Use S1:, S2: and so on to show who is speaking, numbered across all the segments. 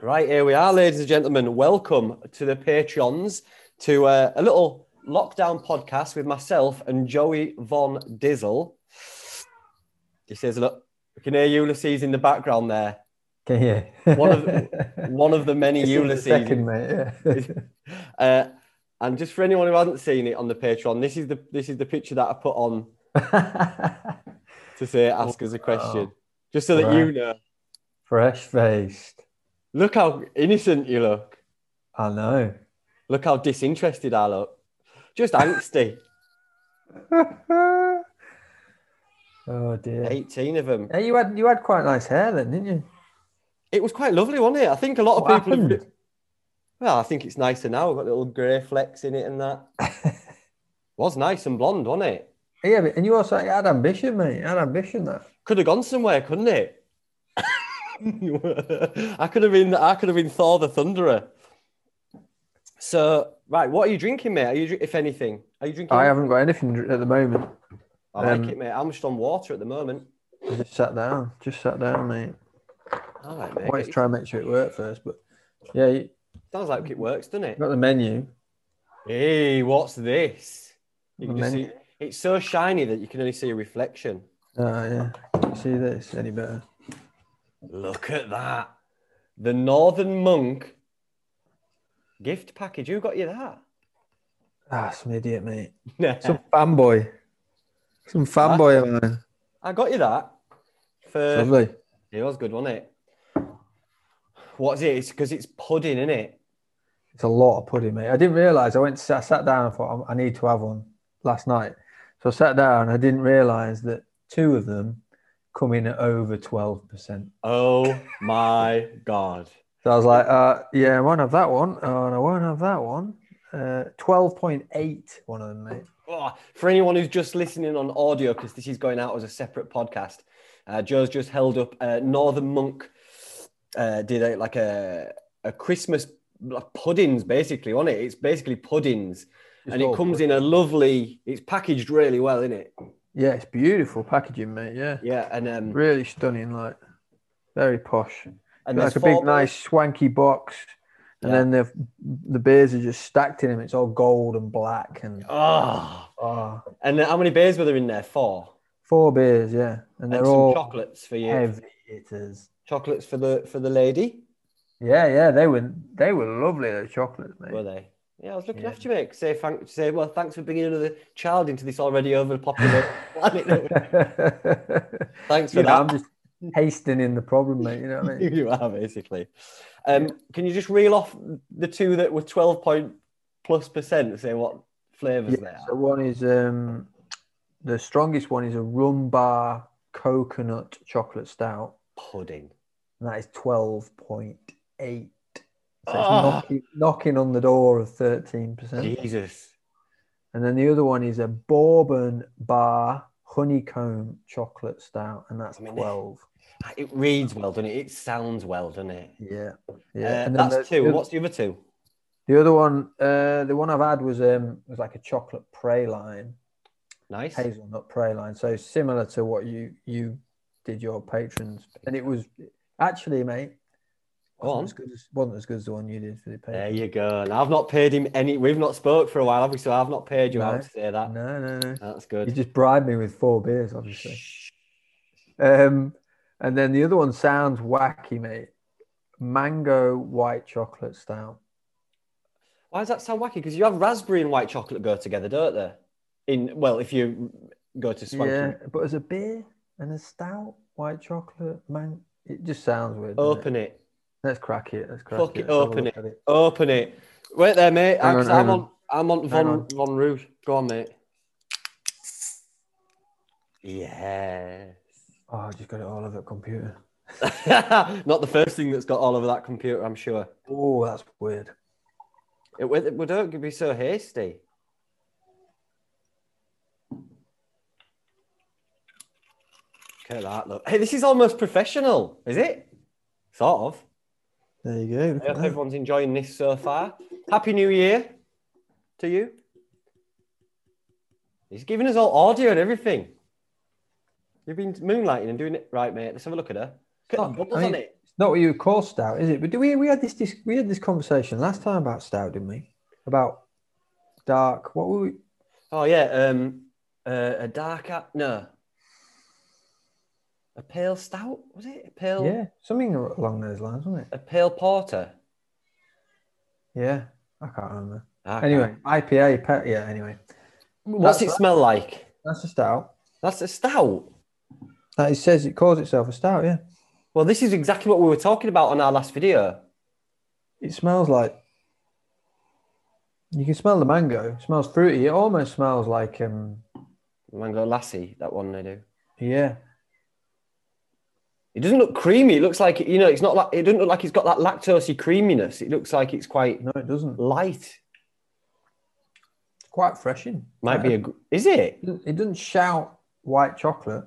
S1: Right, here we are, ladies and gentlemen. Welcome to the Patreons to uh, a little lockdown podcast with myself and Joey Von Dizzle. He says, Look, we can hear Ulysses in the background there.
S2: Can you?
S1: One of one of the many
S2: This is the
S1: Ulysses.
S2: Second, mate. Yeah.
S1: Uh, and just for anyone who hasn't seen it on the Patreon, this is the this is the picture that I put on to say ask us a question, just so that you
S2: Right.
S1: know.
S2: Fresh faced.
S1: Look how innocent you look.
S2: I know.
S1: Look how disinterested I look. Just angsty.
S2: oh dear.
S1: Eighteen of them.
S2: Hey, you had you had quite nice hair then, didn't you?
S1: It was quite lovely, wasn't it? I think a lot of
S2: What
S1: people. have-
S2: happened?
S1: Well, I think it's nicer now. We've got little grey flecks in it and that. was nice and blonde, wasn't it?
S2: Yeah, but, and you also had ambition, mate. You had ambition that.
S1: Could have gone somewhere, couldn't it? I could have been. I could have been Thor the Thunderer. So right, what are you drinking, mate? Are you, dri- if anything, are you drinking?
S2: I haven't got anything at the moment.
S1: I like
S2: um,
S1: it, mate. I'm just on water at the moment.
S2: I just sat down. Just sat down, mate.
S1: All right,
S2: I wanted
S1: mate.
S2: to try and make sure it worked first, but yeah, you
S1: Sounds like it works, doesn't it?
S2: got the menu.
S1: Hey, what's this? You can just
S2: Menu.
S1: see. It's so shiny that you can only see a reflection.
S2: Oh yeah. You see this any better?
S1: Look at that. The Northern Monk gift package. Who got you that?
S2: Ah, some idiot, mate.
S1: Yeah.
S2: Some fanboy. Some fanboy of mine.
S1: I got you that. For
S2: Lovely.
S1: it was good, wasn't it? What's it? It's because it's pudding, isn't it?
S2: It's a lot of pudding, mate. I didn't realise. I went. To, I sat down and thought "I'm- I need to have one last night. So I sat down. I didn't realise that two of them come in at over twelve percent.
S1: Oh my god.
S2: So I was like, uh, "Yeah, I won't have that one, oh, and I won't have that one." Uh, Twelve point eight, one of them, mate.
S1: Oh, for anyone who's just listening on audio, because this is going out as a separate podcast, uh, Joe's just held up uh, Northern Monk uh, did a, like a a Christmas like puddings basically on it. It's basically puddings, and it
S2: all
S1: comes
S2: pudding.
S1: in a lovely. It's packaged really well, isn't it?
S2: Yeah, it's beautiful packaging, mate. Yeah,
S1: Yeah, and um,
S2: really stunning. Like, very posh.
S1: and
S2: like
S1: there's
S2: a big,
S1: four-
S2: nice, swanky box, and
S1: Yeah.
S2: then the the beers are just stacked in them. It's all gold and black, and
S1: Oh,
S2: oh,
S1: and how many beers were there in there? Four.
S2: four beers, yeah, and
S1: And,
S2: they're
S1: some
S2: all
S1: chocolates for you.
S2: heavy hitters.
S1: Chocolates for the for the lady.
S2: Yeah, yeah, they were they were lovely those chocolates,
S1: Were
S2: mate.
S1: they? Yeah, I was looking
S2: Yeah.
S1: after you, mate. Say thank, say well, thanks for bringing another child into this already overpopulated planet. Thanks for
S2: you know, I'm
S1: that.
S2: just hastening the problem, mate. You know what I mean?
S1: you are basically. Um, can you just reel off the two that were twelve point plus percent? Say what flavors they
S2: Yeah,
S1: are.
S2: so one is um the strongest one is a rum bar coconut chocolate stout,
S1: Pudding.
S2: and that is twelve point eight. So it's
S1: Ah.
S2: knocking, knocking on the door of thirteen percent.
S1: Jesus.
S2: And then the other one is a bourbon bar honeycomb chocolate stout, and that's
S1: I mean,
S2: 12.
S1: It reads well, doesn't it? It sounds well, doesn't it?
S2: Yeah.
S1: Yeah.
S2: Yeah. and then
S1: Uh, that's
S2: the,
S1: two. And
S2: The, oth-
S1: What's the other two?
S2: the other one, uh, the one I've had was um was like a chocolate praline,
S1: Nice.
S2: hazelnut praline. So similar to what you you did your patrons. And it was actually, mate,
S1: Go
S2: wasn't
S1: on.
S2: as good as wasn't as good as the one you did for the
S1: There
S2: patrons.
S1: you go. And I've not paid him any. We've not spoke for a while, have we? So I've not paid you
S2: No.
S1: out to say that.
S2: No, no, no.
S1: That's
S2: You
S1: good.
S2: just bribed me with four beers, obviously.
S1: Shh.
S2: Um, and then the other one sounds wacky, mate. Mango white chocolate stout.
S1: Why does that sound wacky? Because you have raspberry and white chocolate go together, don't they? In well, if you go to swanky
S2: Yeah, but as a beer and a stout, white chocolate, man, it just sounds weird. doesn't it?
S1: Open it.
S2: Let's crack it. Let's crack
S1: Fuck
S2: it.
S1: it,
S2: Let's have a
S1: open
S2: look at
S1: Open it. Wait there, mate.
S2: Hang
S1: I,
S2: on,
S1: am
S2: hang
S1: on,
S2: on.
S1: I'm on
S2: Hang
S1: Von
S2: on.
S1: Von Rouge. Go on, mate. Yes.
S2: Oh, I just got it all over the computer.
S1: Not the first thing that's got all over that computer, I'm sure.
S2: Oh, that's weird.
S1: It, we, we don't be so hasty. Look at that, look. Hey, this is almost professional, is it? Sort of.
S2: There you go. look
S1: I
S2: at
S1: hope
S2: that.
S1: everyone's enjoying this so far. Happy New Year to you. He's giving us all audio and everything. You've been moonlighting and doing it right, mate. Let's have a look at her. Look at the
S2: Fuck,
S1: bubbles
S2: Oh, I
S1: on
S2: mean-
S1: it.
S2: Not what you would call stout, is it? But do we we had this, this we had this conversation last time about stout, didn't we? About dark. What were we?
S1: Oh yeah, um, uh, a dark a- no, a pale stout was it? A pale,
S2: Yeah, something along those lines, wasn't it?
S1: a pale porter.
S2: Yeah, I can't remember.
S1: Ah,
S2: Anyway, IPA. Pe- yeah. Anyway,
S1: what's it
S2: that's-
S1: smell like?
S2: that's a stout.
S1: That's a stout.
S2: That it says it calls itself a stout. Yeah.
S1: Well, this is exactly what we were talking about on our last video.
S2: It smells like you can smell the mango. It smells fruity. It almost smells like um
S1: Mango Lassie, that one they do.
S2: yeah.
S1: It doesn't look creamy. It looks like you know, it's not like it doesn't look like it's got that lactosey creaminess. It looks like it's quite
S2: No, it doesn't.
S1: light.
S2: It's quite freshing.
S1: Might
S2: Uh,
S1: be a. gr- Is it?
S2: It doesn't shout white chocolate,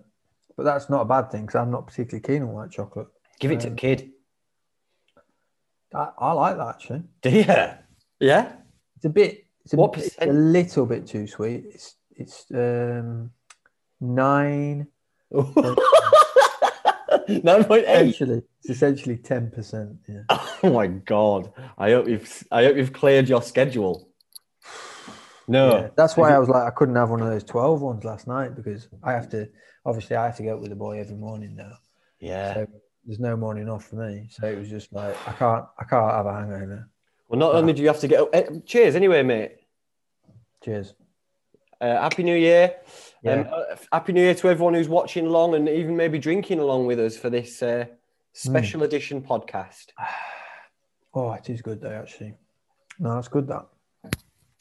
S2: but that's not a bad thing because I'm not particularly keen on white chocolate.
S1: Give
S2: uh,
S1: it to the kid.
S2: I, I like that actually.
S1: Do you? Yeah.
S2: It's a bit. It's a,
S1: What
S2: it's a
S1: percent-
S2: little bit too sweet. It's it's um nine.
S1: Nine point eight.
S2: Essentially, it's essentially ten percent. Yeah.
S1: Oh my god! I hope you've I hope you've cleared your schedule. No,
S2: Yeah, that's why I was like, I couldn't have one of those 12 ones last night because I have to, obviously, I have to go up with the boy every morning now.
S1: yeah.
S2: So there's no morning off for me. So it was just like, I can't, I can't have a hangover.
S1: well, not
S2: uh,
S1: only do you have to get. eh, cheers, anyway, mate.
S2: Cheers.
S1: Uh, happy New Year. Um,
S2: Yeah.
S1: uh, happy New Year to everyone who's watching along and even maybe drinking along with us for this uh,
S2: Hmm.
S1: special edition podcast.
S2: Oh, it is good though, actually. No, it's good that.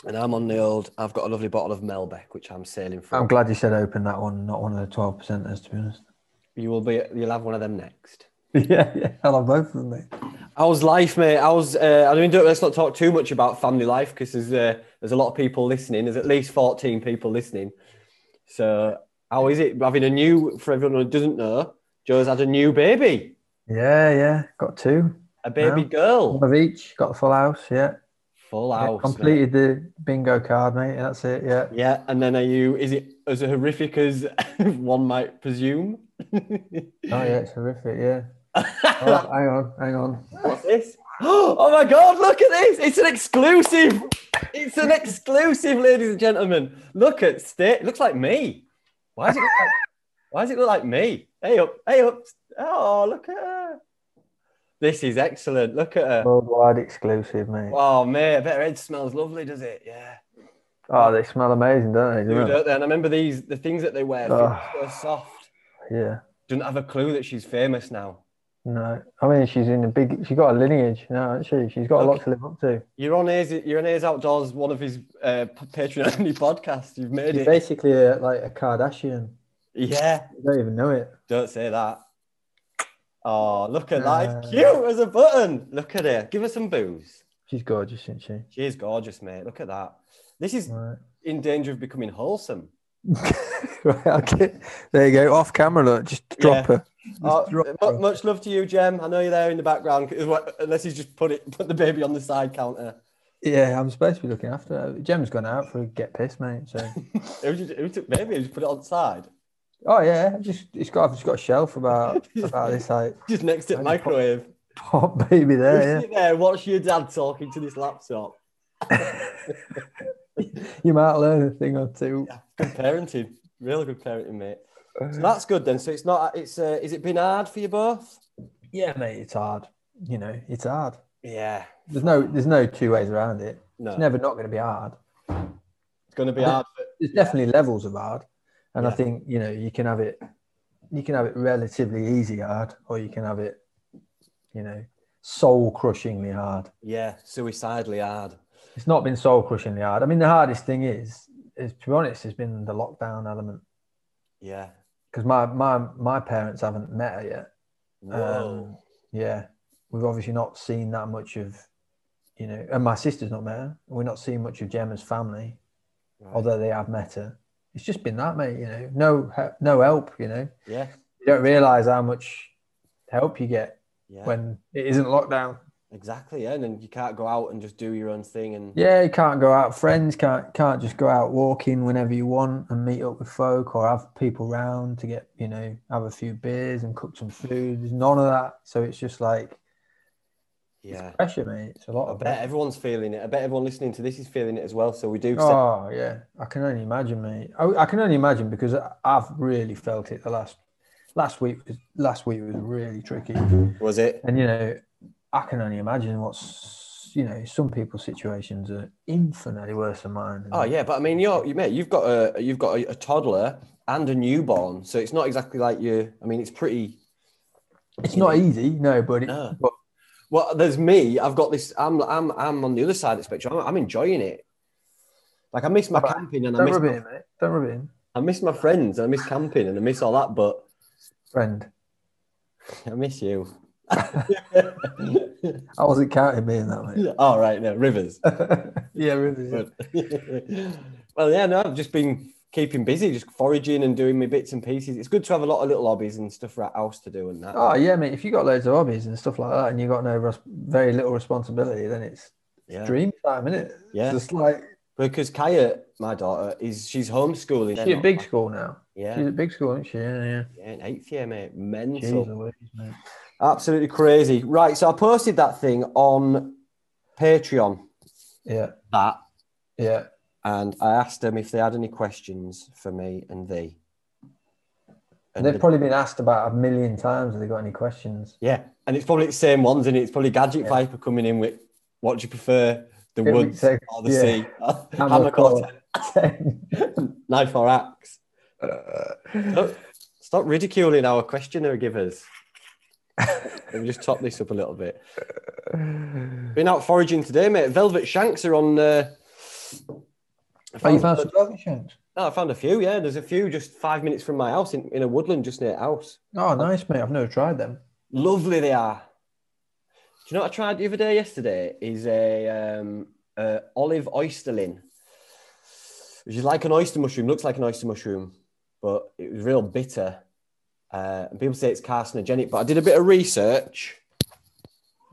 S1: And I'm on the old, I've got a lovely bottle of Melbeck, which I'm sailing for.
S2: I'm glad you said open that one, not one of the 12 percenters, to be honest.
S1: You will be, you'll have one of them next.
S2: yeah, yeah. I'll have both of them, mate.
S1: How's life, mate? How's, uh, I mean, don't, let's not talk too much about family life because there's, uh, there's a lot of people listening. There's at least 14 people listening. So, how is it having a new, for everyone who doesn't know, Joe's had a new baby,
S2: Yeah, yeah. Got two.
S1: a baby
S2: Yeah.
S1: girl.
S2: One of each. Got the full house. Yeah.
S1: Full
S2: Yeah,
S1: house. mate.
S2: completed the bingo card, mate. That's it. Yeah.
S1: Yeah, and then are you? Is it as horrific as one might presume?
S2: Oh, yeah. It's horrific. Yeah.
S1: What's
S2: Oh, hang on. Hang on.
S1: this? Oh my God! Look at this! It's an exclusive. It's an exclusive, ladies and gentlemen. Look at State. It looks like me. Why does it? Look like, why does it look like me? Hey up! Hey up! Oh, look at her. This is excellent. Look at her.
S2: Worldwide exclusive, mate.
S1: Oh mate, I bet her head smells lovely, does it? Yeah.
S2: Oh, they smell amazing, don't they?
S1: Dude,
S2: Don't they?
S1: don't they? And I remember these the things that they wear feel
S2: Ah.
S1: so soft.
S2: Yeah.
S1: Didn't have a clue that she's famous now.
S2: No, I mean she's in a big. She's got a lineage now, hasn't she? She's got a lot to live up to.
S1: You're on A's, you're on A's Outdoors, one of his uh, Patreon only podcasts. You've made
S2: She's
S1: it.
S2: basically a, like a Kardashian.
S1: Yeah,
S2: You don't even know it.
S1: don't say that. Oh, look at that. It's
S2: Uh,
S1: cute as a button. Look at it. Give her some booze.
S2: She's gorgeous, isn't she?
S1: She is gorgeous, mate. Look at that. This is
S2: Right.
S1: in danger of becoming wholesome.
S2: right okay. There you go. Off camera, look. Just drop
S1: Yeah.
S2: her. Just
S1: Oh,
S2: drop
S1: mu-
S2: her.
S1: much love to you, Jem. I know you're there in the background, 'cause what- unless he's just put it, put the baby on the side counter.
S2: Yeah, I'm supposed to be looking after her. Jem's gone out for a get pissed, mate. So.
S1: Who, did- who took baby? Who just put it on the side?
S2: oh yeah, I've just it's got it's got a shelf about about this like
S1: Just next to the
S2: I just put-
S1: microwave.
S2: pop baby there.
S1: You sit there, watch your dad talking to this laptop.
S2: Yeah, you might learn a thing or two.
S1: Yeah, good parenting, real good parenting, mate. So that's good then. So it's not. It's uh, is it been hard for you both?
S2: Yeah, mate, it's hard. You know, it's hard.
S1: Yeah.
S2: There's no there's no two ways around it.
S1: No.
S2: It's never not going to be hard.
S1: It's going to
S2: Oh.
S1: be hard. For,
S2: There's definitely levels of hard, and I
S1: Yeah.
S2: think you know you can have it, you can have it relatively easy hard, or you can have it, you know, soul crushingly hard.
S1: yeah, suicidally hard.
S2: It's not been soul crushingly hard. I mean, the hardest thing is, is to be honest, has been the lockdown element
S1: Yeah.
S2: because my my my parents haven't met her yet.
S1: Whoa.
S2: Um, yeah, we've obviously not seen that much of, you know, and my sister's not met her. We're not seeing much of Gemma's family,
S1: Right.
S2: although they have met her. It's just been that, mate. You know, no he- no help. You know,
S1: Yeah.
S2: you don't realise how much help you get
S1: Yeah.
S2: when it isn't lockdown.
S1: Exactly, yeah. And then you can't go out and just do your own thing. And
S2: Yeah, you can't go out. Friends can't can't just go out walking whenever you want and meet up with folk or have people round to get you know have a few beers and cook some food. There's none of that. So it's just like
S1: yeah,
S2: it's pressure, mate. It's a lot
S1: I
S2: of
S1: bet
S2: pressure.
S1: everyone's feeling it. I bet everyone listening to this is feeling it as well. So we do. send-
S2: Oh yeah, I can only imagine, mate. I, I can only imagine because I- I've really felt it the last last week. Was, last week was really tricky, and
S1: Was it?
S2: you know I can only imagine what's you know some people's situations are infinitely worse than mine.
S1: Oh yeah, but I mean, you're you mate. You've got a you've got a, a toddler and a newborn, so it's not exactly like you. I mean, it's pretty.
S2: It's not easy, no, but, it,
S1: No.
S2: but
S1: Well, there's me. I've got this. I'm I'm I'm on the other side of the spectrum. I'm, I'm enjoying it. Like I miss my
S2: Alright.
S1: camping and I
S2: don't
S1: miss
S2: rub it in, mate. Don't rub it in.
S1: I miss my friends and I miss camping and I miss all that, but
S2: Friend,
S1: I miss you.
S2: I wasn't counting me in that, mate.
S1: all right, no rivers.
S2: yeah, really.
S1: But- well, yeah, no, I've just been keeping busy, just foraging and doing my bits and pieces. It's good to have a lot of little hobbies and stuff for our house to do and that.
S2: Oh yeah, mate. If you got loads of hobbies and stuff like that, and you got no res- very little responsibility, then it's
S1: yeah.
S2: dream time, isn't it?
S1: Yeah.
S2: It's just like
S1: Because Kaya, my daughter, is she's homeschooling.
S2: she's at big school now. She's
S1: Yeah,
S2: at big school, isn't she? Yeah, yeah.
S1: yeah, in eighth year, mate. Mental.
S2: Jeez Louise, mate.
S1: Absolutely crazy. Right, so I posted that thing on Patreon
S2: Yeah,
S1: that
S2: yeah.
S1: and I asked them if they had any questions for me and thee. And
S2: And they've
S1: the-
S2: probably been asked about a million times. Have they got any questions?
S1: yeah, and it's probably the same ones, and it? it's probably Gadget
S2: Yeah.
S1: Piper coming in with what do you prefer, the
S2: Every
S1: woods
S2: sec-
S1: or the
S2: yeah.
S1: sea,
S2: Hammer
S1: hammer
S2: claw.
S1: quarter, knife or axe. Look, stop ridiculing our questionnaire givers. Let me just top this up a little bit. Been out foraging today, mate. Velvet shanks are on. Uh, I
S2: Oh, you
S1: found-
S2: found some driving shanks?
S1: No, I found a few. Yeah, there's a few just five minutes from my house in, in a woodland just near house.
S2: Oh, nice, mate. I've never tried them.
S1: Lovely they are. Do you know what I tried the other day? Yesterday is a, um, a olive oysterlin, which is like an oyster mushroom. Looks like an oyster mushroom, but it was real bitter. Uh, and people say it's carcinogenic, but I did a bit of research.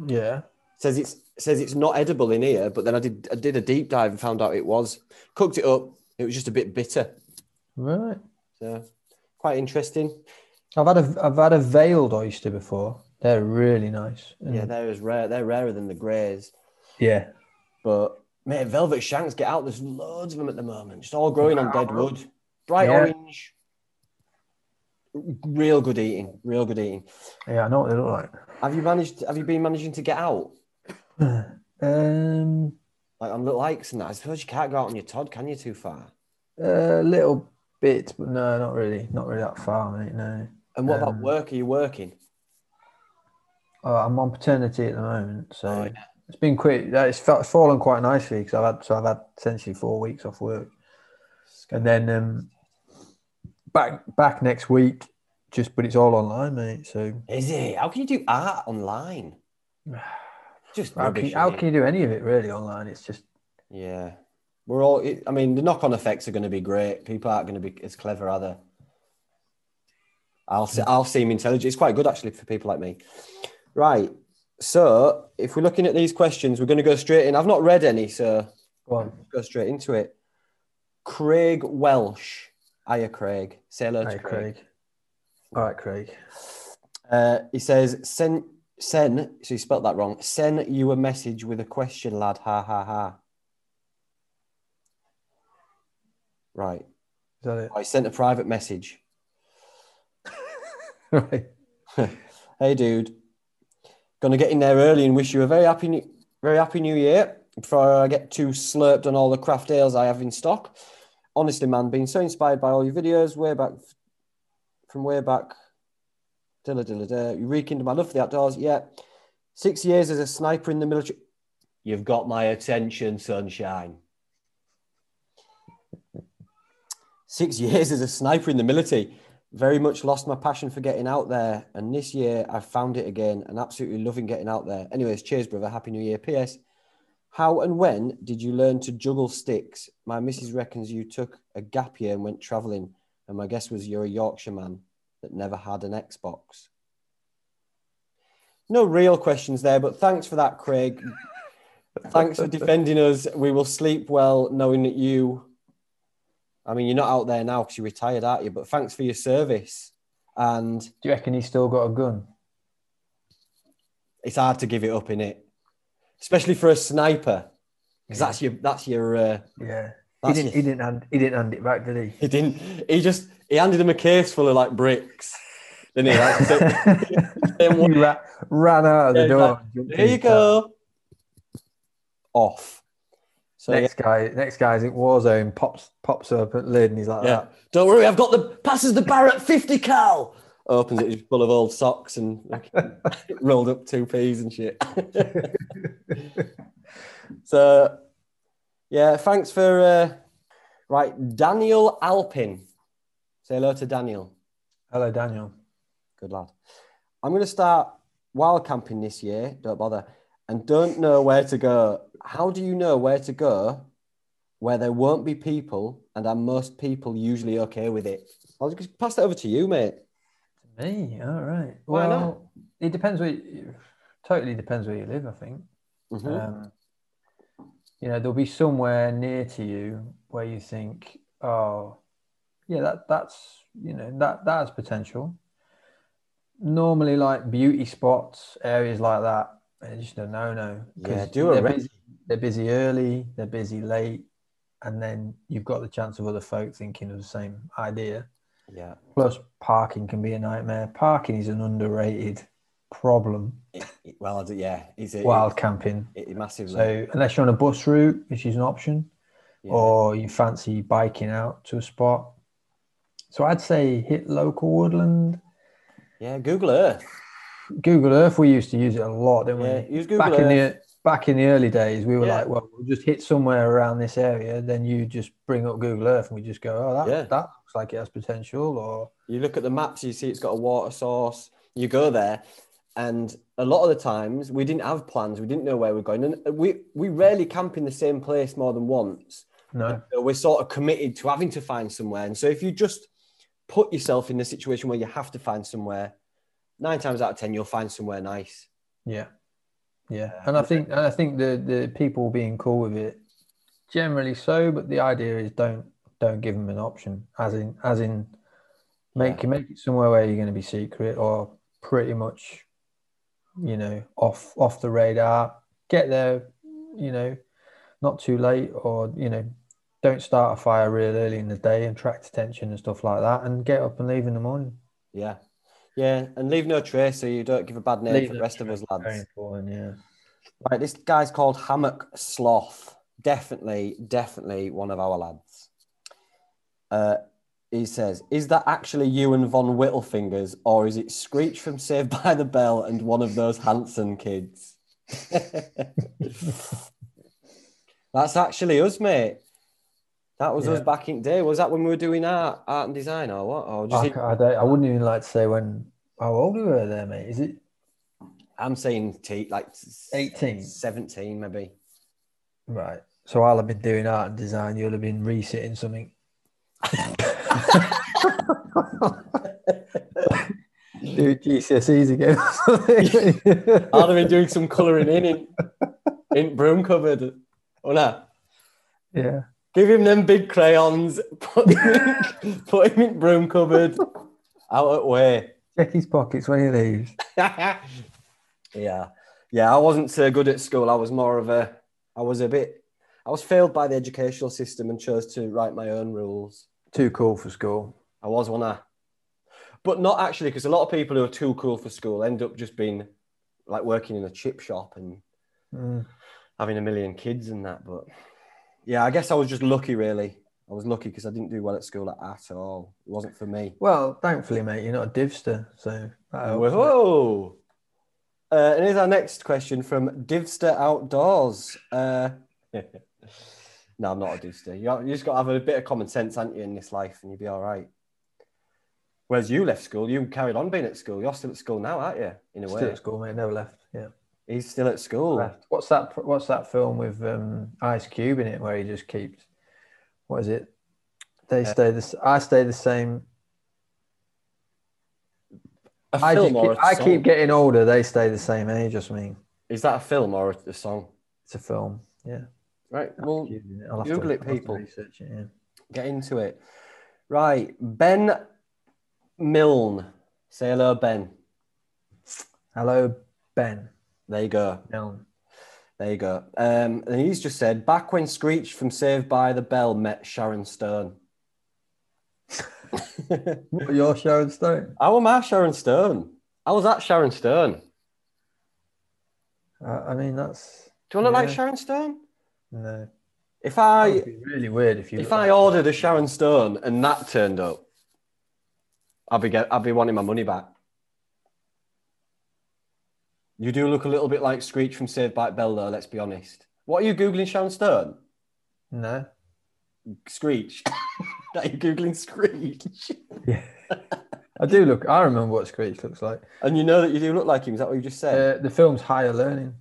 S2: Yeah.
S1: says it's says it's not edible in here, but then I did I did a deep dive and found out it was. Cooked it up. It was just a bit bitter.
S2: Right.
S1: So quite interesting.
S2: I've had a I've had a veiled oyster before. They're really nice. And-
S1: Yeah, they're as rare. They're rarer than the greys.
S2: yeah.
S1: But mate, velvet shanks get out. There's loads of them at the moment. Just all growing on dead wood, bright
S2: Yeah.
S1: orange. Real good eating. Real good eating.
S2: Yeah, I know what they look like.
S1: Have you managed? Have you been managing to get out
S2: Um,
S1: like on little hikes and that? I suppose you can't go out on your Todd, can you? Too far.
S2: a little bit, but no, not really, not really that far, mate. No,
S1: And what about
S2: Um,
S1: work? Are you working?
S2: oh, I'm on paternity at the moment, so
S1: Oh, yeah.
S2: it's been quick. uh, It's fa- fallen quite nicely because I've had so I've had essentially four weeks off work, and then um, back back next week. Just, but it's all online, mate. So
S1: Is it? How can you do art online? Just
S2: how can,
S1: rubbish.
S2: how
S1: innit?
S2: can you do any of it really online? It's just
S1: Yeah, we're all. it- I mean, the knock-on effects are going to be great. People aren't going to be as clever, are they? I'll se- I'll seem intelligent. It's quite good actually for people like me. Right. So if we're looking at these questions, we're going to go straight in. I've not read any, so
S2: go on.
S1: let's go straight into it. Craig Welsh. Hiya, Craig. Say hello
S2: Hey,
S1: to Craig.
S2: Craig. All right, Craig.
S1: Uh, he says, send, send, so he spelt that wrong. Send you a message with a question, lad. Ha ha ha. Right.
S2: Is that it?
S1: I sent a private message.
S2: Right.
S1: Hey, dude. Gonna get in there early and wish you a very happy, new, very happy new year before I get too slurped on all the craft ales I have in stock. Honestly, man, been so inspired by all your videos way back from way back. Dilla dilla da. You rekindled my love for the outdoors. Yeah. Six years as a sniper in the military. You've got my attention, sunshine. Six years as a sniper in the military very much lost my passion for getting out there. And this year I've found it again and absolutely loving getting out there. Anyways, cheers, brother. Happy New Year. P.S. How and when did you learn to juggle sticks? My missus reckons you took a gap year and went traveling. And my guess was you're a Yorkshire man that never had an Xbox. No real questions there, but thanks for that, Craig. thanks for defending us. We will sleep well knowing that you. I mean, you're not out there now because you're retired, aren't you? But thanks for your service. And
S2: Do you reckon he's still got a gun?
S1: it's hard to give it up in it, especially for a sniper, because that's your that's your uh,
S2: Yeah. He
S1: That's
S2: didn't,
S1: it.
S2: he, didn't hand, he didn't hand it back, did he?
S1: He didn't. He just he handed him a case full of like bricks. Didn't he? Like, so- then
S2: he
S1: what-
S2: ra- ran out of
S1: Yeah,
S2: the
S1: he's
S2: door.
S1: like,
S2: and jumped
S1: there
S2: in
S1: you
S2: his car.
S1: go. Off. So yeah,
S2: next guy, next guy's in Warzone pops pops up at lid and he's like, "Ah,
S1: yeah. Don't worry, I've got the passes the Barrett 50 cal. Opens it, it's full of old socks and like, rolled up two peas and shit. so yeah, thanks for uh, right, Daniel Alpin. Say hello to Daniel.
S2: that. Hello, Daniel.
S1: Good lad. I'm going to start wild camping this year. Don't bother. And don't know where to go. How do you know where to go where there won't be people and are most people usually okay with it? I'll just pass that over to you, mate.
S2: Me, all right.
S1: Why not?
S2: well, it depends where. You, totally depends where you live, I think.
S1: Mhm.
S2: Um, you know, there'll be somewhere near to you where you think, oh, yeah, that that's you know that that has potential. Normally, like beauty spots, areas like that, it's just a no-no. 'cause
S1: yeah, do a
S2: they're
S1: red.
S2: busy, they're busy early, they're busy late, and then you've got the chance of other folk thinking of the same idea.
S1: Yeah.
S2: Plus, parking can be a nightmare. Parking is an underrated problem.
S1: It- it- well, I do- yeah, it's a,
S2: Wild camping.
S1: it, it massively.
S2: So unless you're on a bus route, which is an option,
S1: yeah.
S2: or you fancy biking out to a spot. So I'd say hit local woodland.
S1: yeah, Google Earth.
S2: Google Earth, we used to use it a lot, didn't
S1: Yeah,
S2: we?
S1: use Google
S2: Back
S1: Earth.
S2: in the back in the early days, we were
S1: Yeah.
S2: like, well, we'll just hit somewhere around this area. Then you just bring up Google Earth, and we just go, oh, that
S1: Yeah.
S2: that looks like it has potential. Or
S1: You look at the maps, you see it's got a water source. You go there, and a lot of the times we didn't have plans. We didn't know where we're going, and we we rarely camp in the same place more than once.
S2: no,
S1: So we're sort of committed to having to find somewhere. And so if you just put yourself in the situation where you have to find somewhere, nine times out of ten you'll find somewhere nice.
S2: Yeah, yeah, and I think and I think the the people being cool with it, generally so. But the idea is don't don't give them an option, as in as in make you make it somewhere where you're going to be secret or pretty much, you know, off off the radar. Get there, you know, not too late, or you know, don't start a fire real early in the day and attract attention and stuff like that. And get up and leave in the morning.
S1: Yeah, yeah, and leave no trace so you don't give a bad name
S2: Leave
S1: for
S2: no
S1: the rest of us lads.
S2: Very important, yeah.
S1: Right, this guy's called Hammock Sloth. Definitely, definitely one of our lads. Uh, he says, "Is that actually you and Von Whittlefingers, or is it Screech from Saved by the Bell and one of those Hanson kids?" That's actually us, mate. That was us
S2: Yeah.
S1: back in the day. Was that when we were doing art, art and design, or what? Or
S2: I,
S1: just,
S2: ca- I don't, I wouldn't even like to say when how old we were there, mate. Is it
S1: I'm saying t- like
S2: 18?
S1: seventeen, maybe.
S2: Right. So I'll have been doing art and design. You'll have been resitting something. Do GCSEs again. or something.
S1: I'd have been doing some colouring in in, in broom cupboard. Oh no.
S2: yeah.
S1: Give him them big crayons, put him in, put him in broom cupboard, out at way.
S2: Check his pockets when he leaves.
S1: yeah. Yeah, I wasn't so good at school. I was more of a, I was a bit, I was failed by the educational system and chose to write my own rules.
S2: Too cool for school.
S1: I was one I. But not actually, because a lot of people who are too cool for school end up just being like working in a chip shop and
S2: Mm.
S1: having a million kids and that. But yeah, I guess I was just lucky, really. I was lucky because I didn't do well at school at all. It wasn't for me.
S2: Well, thankfully, mate, you're not a divster, so that helps.
S1: Whoa. Uh, and here's our next question from Divster Outdoors. Uh, no, I'm not a Divster. You, you just got to have a bit of common sense, aren't you, in this life, and you'll be all right. Whereas you left school, you carried on being at school. You're still at school now, aren't you? In a way,
S2: Still at school, mate. Never left. Yeah.
S1: he's still at school.
S2: left. What's that? What's that film with um, Ice Cube in it where he just keeps? What is it? They
S1: Uh,
S2: stay the. s- I stay the same.
S1: A
S2: I, just
S1: film or
S2: keep,
S1: a
S2: I
S1: song?
S2: keep getting older. They stay the same age or something.
S1: Is that a film or a, a song?
S2: It's a film. Yeah.
S1: Right. Well,
S2: I'll have
S1: Google
S2: to,
S1: it,
S2: I'll have to
S1: people.
S2: research it, yeah.
S1: get into it. Right. Ben Milne. Say hello, Ben.
S2: Hello, Ben.
S1: There you go.
S2: Milne.
S1: There you go. Um, and he's just said, back when Screech from Saved by the Bell met Sharon Stone.
S2: What, you're Sharon Stone?
S1: How am I Sharon Stone? I was at Sharon Stone. Do
S2: I, I mean, that's
S1: I look like
S2: Yeah. Oh.
S1: Sharon Stone?
S2: no.
S1: If
S2: That
S1: I
S2: would be really weird if you.
S1: if
S2: looked
S1: I
S2: like-
S1: ordered a Sharon Stone and that turned up, I'd be get, I'd be wanting my money back. You do look a little bit like Screech from Saved by the Bell, though. Let's be honest. What are you googling, Sharon Stone?
S2: no.
S1: Screech. Are you googling Screech?
S2: Yeah. I do look. I remember what Screech looks like.
S1: And you know that you do look like him. Is that what you just said?
S2: Uh, the film's Higher Learning.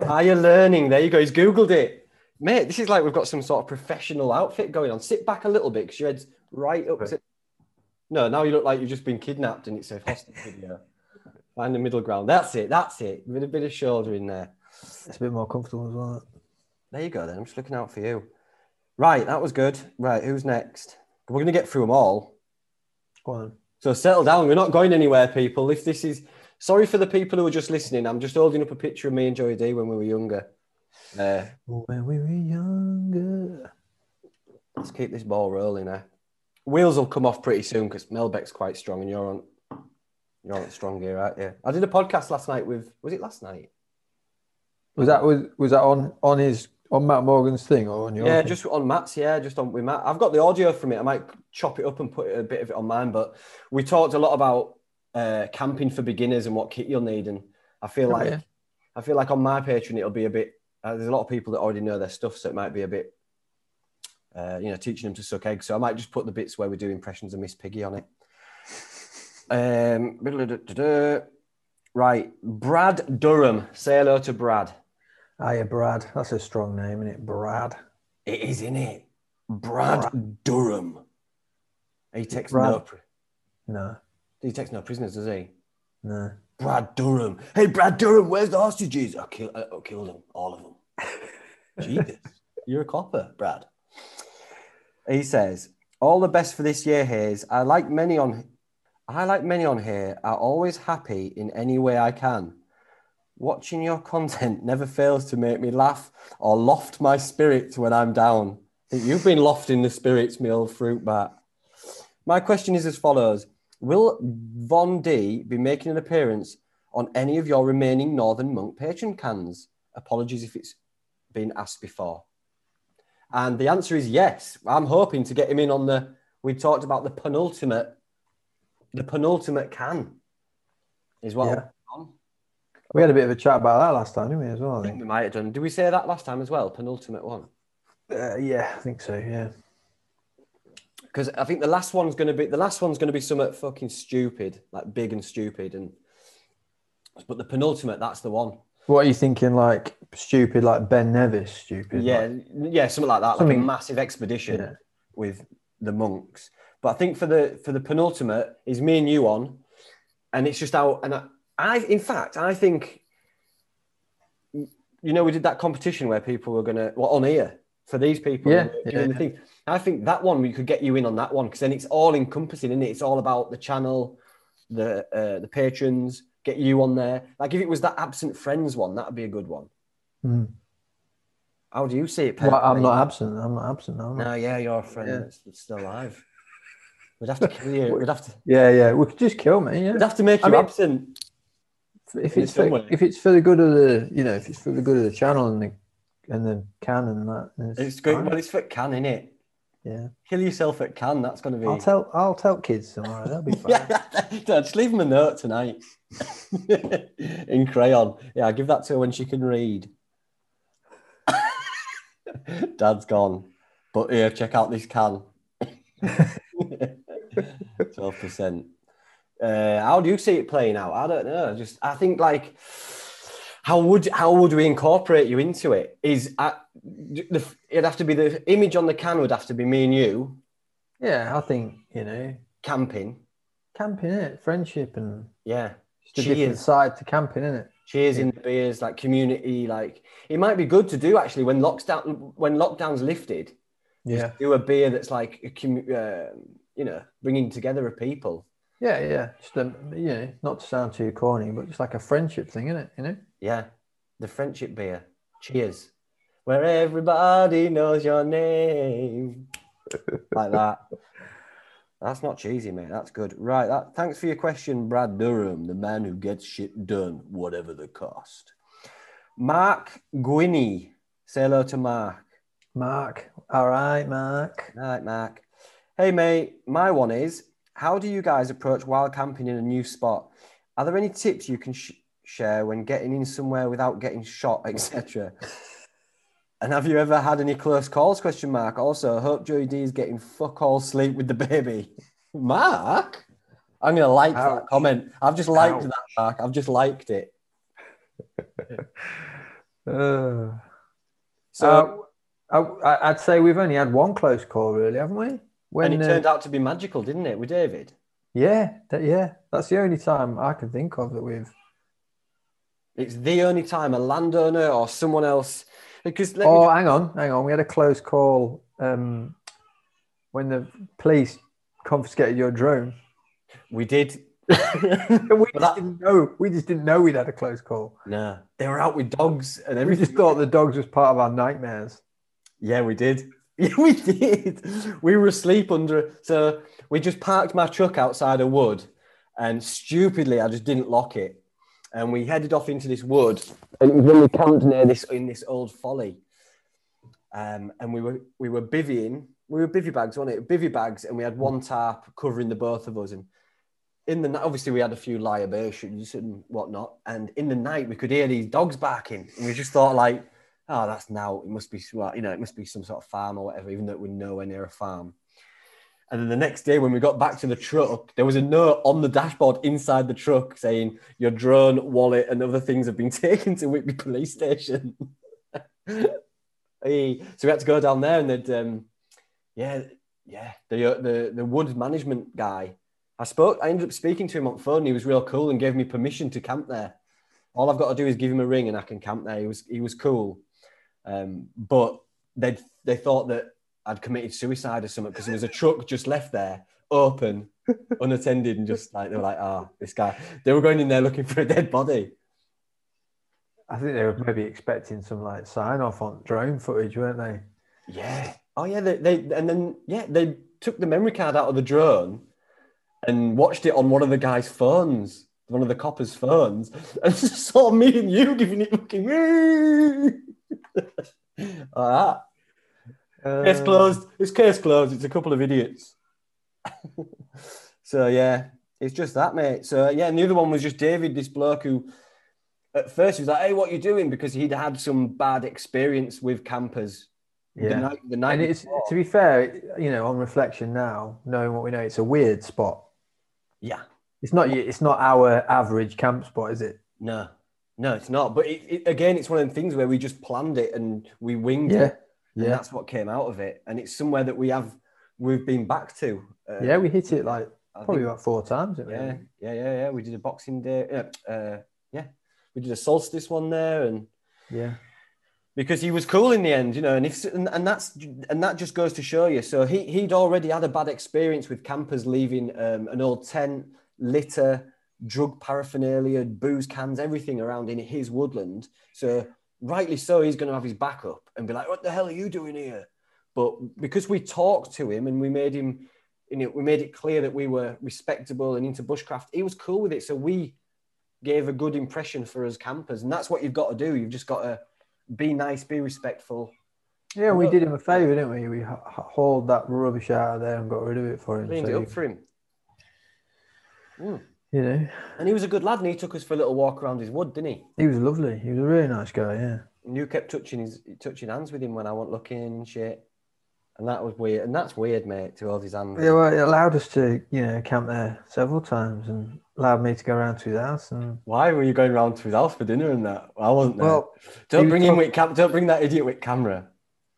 S1: Higher learning. There you go. He's Googled it. Mate, this is like we've got some sort of professional outfit going on. Sit back a little bit because your head's right up to. No, now you look like you've just been kidnapped and it's a hostage video. Find the middle ground. That's it. That's it. With a bit of shoulder in there.
S2: It's a bit more comfortable as well.
S1: There you go, then. I'm just looking out for you. Right. That was good. Right. Who's next? We're going to get through them all.
S2: Go on.
S1: So settle down. We're not going anywhere, people. If this is sorry for the people who are just listening, I'm just holding up a picture of me and Joey D when we were younger. Uh,
S2: When we were younger.
S1: let's keep this ball rolling. Eh? Wheels will come off pretty soon because Melbeck's quite strong, and you're on. You're on strong here, aren't you? I did a podcast last night with. Was it last night?
S2: Was that was, was that on on his on Matt Morgan's thing or on your?
S1: Yeah,
S2: thing?
S1: just on Matt's. Yeah, just on with Matt. I've got the audio from it. I might chop it up and put a bit of it on mine. But we talked a lot about uh, camping for beginners and what kit you'll need. And I feel
S2: Oh,
S1: like
S2: yeah.
S1: I feel like on my Patreon it'll be a bit. Uh, there's a lot of people that already know their stuff, so it might be a bit. Uh, you know, teaching them to suck eggs. So I might just put the bits where we do impressions of Miss Piggy on it. Um, biddle-a-da-da-da. right, Brad Durham. Say hello to Brad.
S2: Hiya, Brad. That's a strong name, isn't it? Brad.
S1: It is in it. Brad, Durham. He takes
S2: Brad-
S1: no. pri-
S2: No,
S1: He takes no prisoners, does he?
S2: no.
S1: Brad Durham. Hey, Brad Durham, where's the hostages? I kill. uh, I I killed them, all of them. Jesus, you're a copper, Brad. He says, "All the best for this year, Hayes. I like many on. I like many on here. Are always happy in any way I can. Watching your content never fails to make me laugh or loft my spirits when I'm down. I think You've been lofting the spirits, me old fruit bat. My question is as follows." Will Von D be making an appearance on any of your remaining Northern Monk patron cans? Apologies if it's been asked before. And the answer is yes. I'm hoping to get him in on the. We talked about the penultimate, the penultimate can, is what
S2: Yeah.
S1: I'm on.
S2: We had a bit of a chat about that last time, didn't we? As well, I
S1: I think
S2: think.
S1: we might have done. Did we say that last time as well? Penultimate one.
S2: Uh, yeah, I think so. Yeah.
S1: because I think the last one's going to be the last one's going to be something fucking stupid, like big and stupid, and but the penultimate that's the one.
S2: What are you thinking? Like stupid, like Ben Nevis, stupid. like-
S1: Yeah, yeah, something like that, like a
S2: Something-
S1: massive expedition
S2: Yeah.
S1: with the monks. But I think for the for the penultimate is me and you on, and it's just how and I, I in fact I think you know we did that competition where people were gonna well on here for these people
S2: Yeah,
S1: who were
S2: yeah,
S1: doing the
S2: yeah.
S1: thing. I think that one we could get you in on that one because then it's all encompassing, isn't it? It's all about the channel, the uh, the patrons. Get you on there. Like if it was that absent friends one, that would be a good one.
S2: Hmm.
S1: How do you see it? Pep?
S2: Well, I'm not absent. I'm not absent. am I?
S1: No, yeah, your friend
S2: Yeah.
S1: that's that's still alive. We'd have to kill you. We'd have to.
S2: Yeah, yeah. We could just kill me. Yeah.
S1: We'd have to make you
S2: I mean-
S1: absent.
S2: if
S1: in
S2: it's
S1: some
S2: for,
S1: way.
S2: if it's for the good of the you know if it's for the good of the channel and the and the can and that then
S1: It's great.
S2: fine.
S1: Well, it's for Can, innit? it?
S2: yeah
S1: Kill yourself at Can. That's going to be.
S2: I'll tell I'll tell kids tomorrow they'll be fine
S1: yeah, just leave him a note tonight in crayon. Yeah, give that to her when she can read. Dad's gone, but here, check out this can. Twelve percent. Uh, how do you see it playing out? I don't know. Just I think like how would how would we incorporate you into it? Is uh, the, it'd have to be the image on the can would have to be me and you
S2: yeah I think you know
S1: camping.
S2: Camping, it friendship and
S1: Yeah.
S2: just a different
S1: Cheers.
S2: side to camping, is it?
S1: Cheers in the beers, like community, like it might be good to do actually when lockdown when lockdown's lifted.
S2: Yeah,
S1: Do a beer that's like a commu- uh, you know bringing together of people.
S2: yeah, yeah. Just um, you know, not to sound too corny, but it's like a friendship thing, isn't it? You know.
S1: Yeah, the friendship beer. Cheers, where everybody knows your name, like that. That's not cheesy, mate. That's good. Right. That. Thanks for your question, Brad Durham, the man who gets shit done, whatever the cost. Mark Gwinney. Say hello to Mark.
S2: Mark, all right, Mark.
S1: Night, Mark. Hey, mate. My one is: How do you guys approach wild camping in a new spot? Are there any tips you can sh- share when getting in somewhere without getting shot, etc.? and have you ever had any close calls? Question mark. Also, hope Joey D is getting fuck all sleep with the baby. Mark, I'm gonna like
S2: Ouch.
S1: that comment. I've just liked
S2: Ouch.
S1: that, Mark. I've just liked it.
S2: Uh,
S1: So,
S2: uh, I, I'd say we've only had one close call, really, haven't we? When
S1: and it
S2: uh,
S1: turned out to be magical, didn't it, with David?
S2: yeah, that, yeah, that's the only time I can think of that we've.
S1: It's the only time a landowner or someone else. Because let me
S2: Oh, hang on, hang on. We had a close call um, when the police confiscated your drone.
S1: We did.
S2: And we
S1: But
S2: just
S1: that-
S2: didn't know. We just didn't know we'd had a close call.
S1: no, they were out with dogs and
S2: We
S1: everything.
S2: just thought the dogs was part of our nightmares.
S1: Yeah, we did. Yeah, we did. We were asleep under. So we just parked my truck outside a wood, and stupidly, I just didn't lock it, and we headed off into this wood. And it was when we camped near this in this old folly, um, and we were we were bivvying. We were bivy bags, wasn't it? Bivy bags, and we had one tarp covering the both of us. And in the night, obviously, we had a few libations and whatnot. And in the night, we could hear these dogs barking, and we just thought like oh, that's now, it must be, well, you know, it must be some sort of farm or whatever, even though we're nowhere near a farm. And then the next day, when we got back to the truck, there was a note on the dashboard inside the truck saying, Your drone, wallet, and other things have been taken to Whitby police station. Hey, so we had to go down there, and they'd, um, yeah, yeah, the, uh, the, the wood management guy. I spoke, I ended up speaking to him on phone, and he was real cool and gave me permission to camp there. All I've got to do is give him a ring and I can camp there. He was, he was cool um, but they they thought that I'd committed suicide or something because there was a truck just left there, open, unattended, and just like they were like, ah, this guy. They were going in there looking for a dead body.
S2: I think they were maybe expecting some like sign off on drone footage, weren't they?
S1: Yeah. Oh yeah. They, they and then yeah they took the memory card out of the drone and watched it on one of the guy's phones, one of the coppers' phones, and just saw me and you giving it looking. like that. Case
S2: Uh,
S1: closed. It's case closed. It's a couple of idiots. so yeah, it's just that, mate. So yeah, and the other one was just David, this bloke who at first he was like, "Hey, what you doing?" Because he'd had some bad experience with campers. The
S2: Yeah.
S1: night, the night
S2: And it's
S1: before.
S2: to be fair, it- you know, on reflection now, knowing what we know, it's a weird spot.
S1: yeah,
S2: It's not. y- It's not our average camp spot, is it?
S1: no, no, it's not. But it, it, again, it's one of the things where we just planned it and we winged
S2: Yeah.
S1: it, and
S2: Yeah.
S1: that's what came out of it. And it's somewhere that we have we've been back to. Uh,
S2: Yeah. We hit it like
S1: I think
S2: probably about four times. didn't we?
S1: Yeah, yeah, yeah, yeah. We did a Boxing Day. Uh, uh, yeah, we did a Solstice one there, and
S2: Yeah.
S1: because he was cool in the end, you know. And if and, and that's and that just goes to show you. So he he'd already had a bad experience with campers leaving um, an old tent, litter, drug paraphernalia, booze cans, everything around in his woodland. So rightly so, he's going to have his back up and be like, "What the hell are you doing here?" But because we talked to him and we made him, you know, we made it clear that we were respectable and into bushcraft, he was cool with it. So we gave a good impression for us campers, and that's what you've got to do. You've just got to be nice, be respectful.
S2: Yeah, we
S1: Well-
S2: did him a favour, didn't we? We ha- ha- hauled that rubbish out of there and got rid of it for him.
S1: Cleaned it
S2: so,
S1: up for him. Mm.
S2: you know,
S1: And he was a good lad, and he took us for a little walk around his wood, didn't he?
S2: he was lovely. He was a really nice guy. Yeah.
S1: And you kept touching his touching hands with him when I wasn't looking and shit. And that was weird. And that's weird, mate, to hold his hand.
S2: Yeah, well, it allowed us to, you know, camp there several times and allowed me to go around to his house. And
S1: Why were you going round to his house for dinner and that? I wasn't there.
S2: well,
S1: don't
S2: he
S1: bring him
S2: talk-
S1: with cam- don't bring that idiot with camera.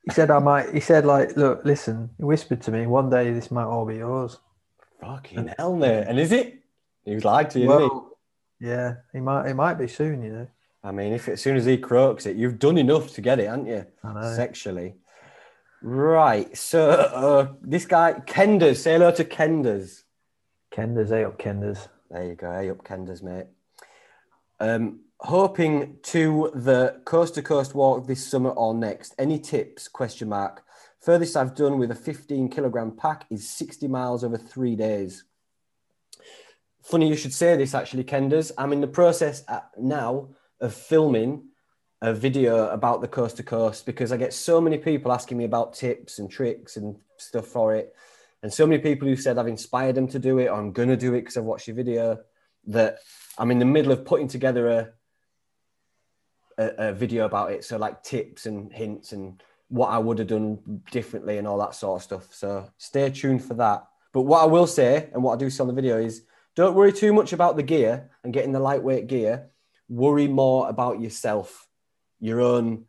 S2: he said I might. He said like, look, listen. He whispered to me, one day this might all be yours.
S1: Fucking hell, mate. And is it? He was lied to you, didn't he?
S2: Well, yeah, he might. It might be soon. You know.
S1: I mean, if as soon as he croaks it, you've done enough to get it, haven't you?
S2: I know.
S1: Sexually. Right. So uh, this guy, Kenders, say hello to Kenders.
S2: Kenders, eh? Up Kenders.
S1: There you go. Hey up, Kenders, mate. Um, hoping to the coast to coast walk this summer or next. Any tips? Question mark. Furthest I've done with a 15 kilogram pack is 60 miles over three days. Funny you should say this, actually, Kenders. I'm in the process at, now of filming a video about the coast to coast because I get so many people asking me about tips and tricks and stuff for it. And so many people who said I've inspired them to do it or I'm going to do it because I've watched your video that I'm in the middle of putting together a, a, a video about it. So, like tips and hints and what I would have done differently and all that sort of stuff. So, stay tuned for that. But what I will say and what I do say on the video is don't worry too much about the gear and getting the lightweight gear. Worry more about yourself, your own,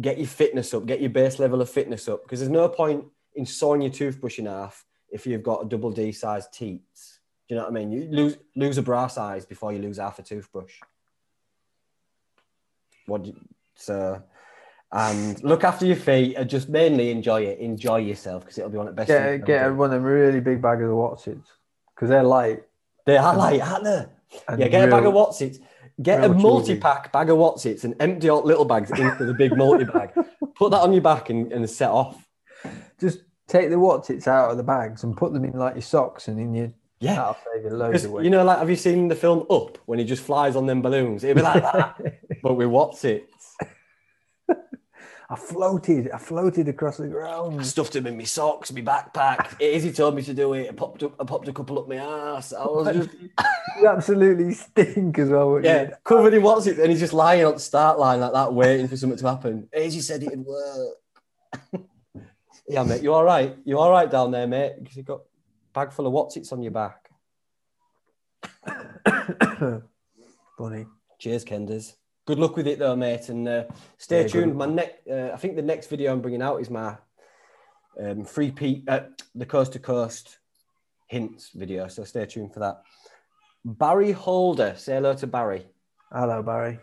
S1: get your fitness up, get your base level of fitness up. Because there's no point in sawing your toothbrush in half if you've got a double D size teats. Do you know what I mean? You lose lose a bra size before you lose half a toothbrush. What do you, so and look after your feet and just mainly enjoy it. Enjoy yourself because it'll be one of the best.
S2: Get
S1: things
S2: get
S1: ever done.
S2: one of them really big bags of Watsits because they're light.
S1: They are light, aren't they?
S2: And
S1: Yeah, get a bag of
S2: real-
S1: Watsits. Get a
S2: real cheesy.
S1: multi pack bag of Watsits and empty out little bags into the big multi bag. Put that on your back and, and set off.
S2: Just take the Watsits out of the bags and put them in like your socks and in your.
S1: Yeah.
S2: That'll save you loads
S1: Because
S2: of weight.
S1: you know, like, have you seen the film Up when he just flies on them balloons? It'd be like that, but with Watsits.
S2: I floated. I floated across the
S1: I
S2: ground.
S1: stuffed them in my socks, my backpack. Izzy told me to do it. I popped up, I popped a couple up my ass. I was just
S2: You absolutely stink as well. wouldn't
S1: yeah,
S2: you?
S1: covered in what's it, and he's just lying on the start line like that, waiting for something to happen. Izzy said it'd work. yeah, mate, you all right? You all right down there, mate? Because you got bag full of what's it's on your back.
S2: Funny.
S1: Cheers, Kenders. Good luck with it though, mate, and uh, stay
S2: Yeah, good
S1: tuned. My
S2: luck.
S1: next, uh, I think the next video I'm bringing out is my um, free Pete, uh, the coast to coast hints video. So stay tuned for that. Barry Holder, say hello to Barry.
S2: Hello, Barry.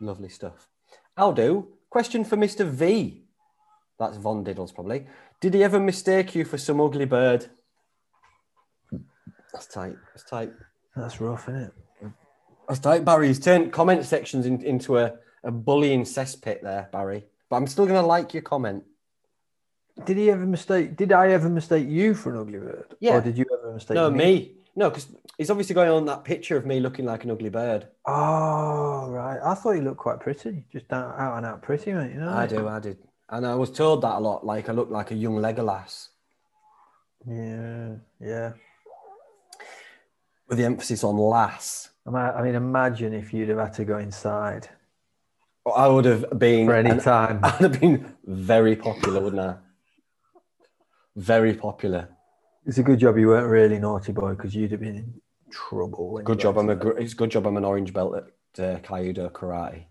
S1: Lovely stuff. I'll do. Question for Mr. V. That's Von Diddles, probably. Did he ever mistake you for some ugly bird? That's tight. That's tight.
S2: That's rough, isn't it?
S1: That's tight, Barry. He's turned comment sections in- into a, a bullying cesspit there, Barry. But I'm still going to like your comment.
S2: Did he ever mistake? Did I ever mistake you for an ugly bird?
S1: Yeah.
S2: Or did you ever mistake
S1: No,
S2: me?
S1: me. No, because he's obviously going on that picture of me looking like an ugly bird.
S2: Oh right. I thought you looked quite pretty. Just out, out and out pretty, mate. You know.
S1: I do, I did. And I was told that a lot, like I look like a young Legolas
S2: Yeah. Yeah.
S1: with the emphasis on lass.
S2: I ma- I mean, imagine if you'd have had to go inside
S1: I would have been
S2: for any
S1: an
S2: time.
S1: I'd have been very popular, wouldn't I? Very popular.
S2: It's a good job you weren't really naughty boy because you'd have been in trouble. when
S1: Good
S2: you
S1: job.
S2: went
S1: I'm a.
S2: to-
S1: gr- It's a good job. I'm an orange belt at uh, Kaido Karate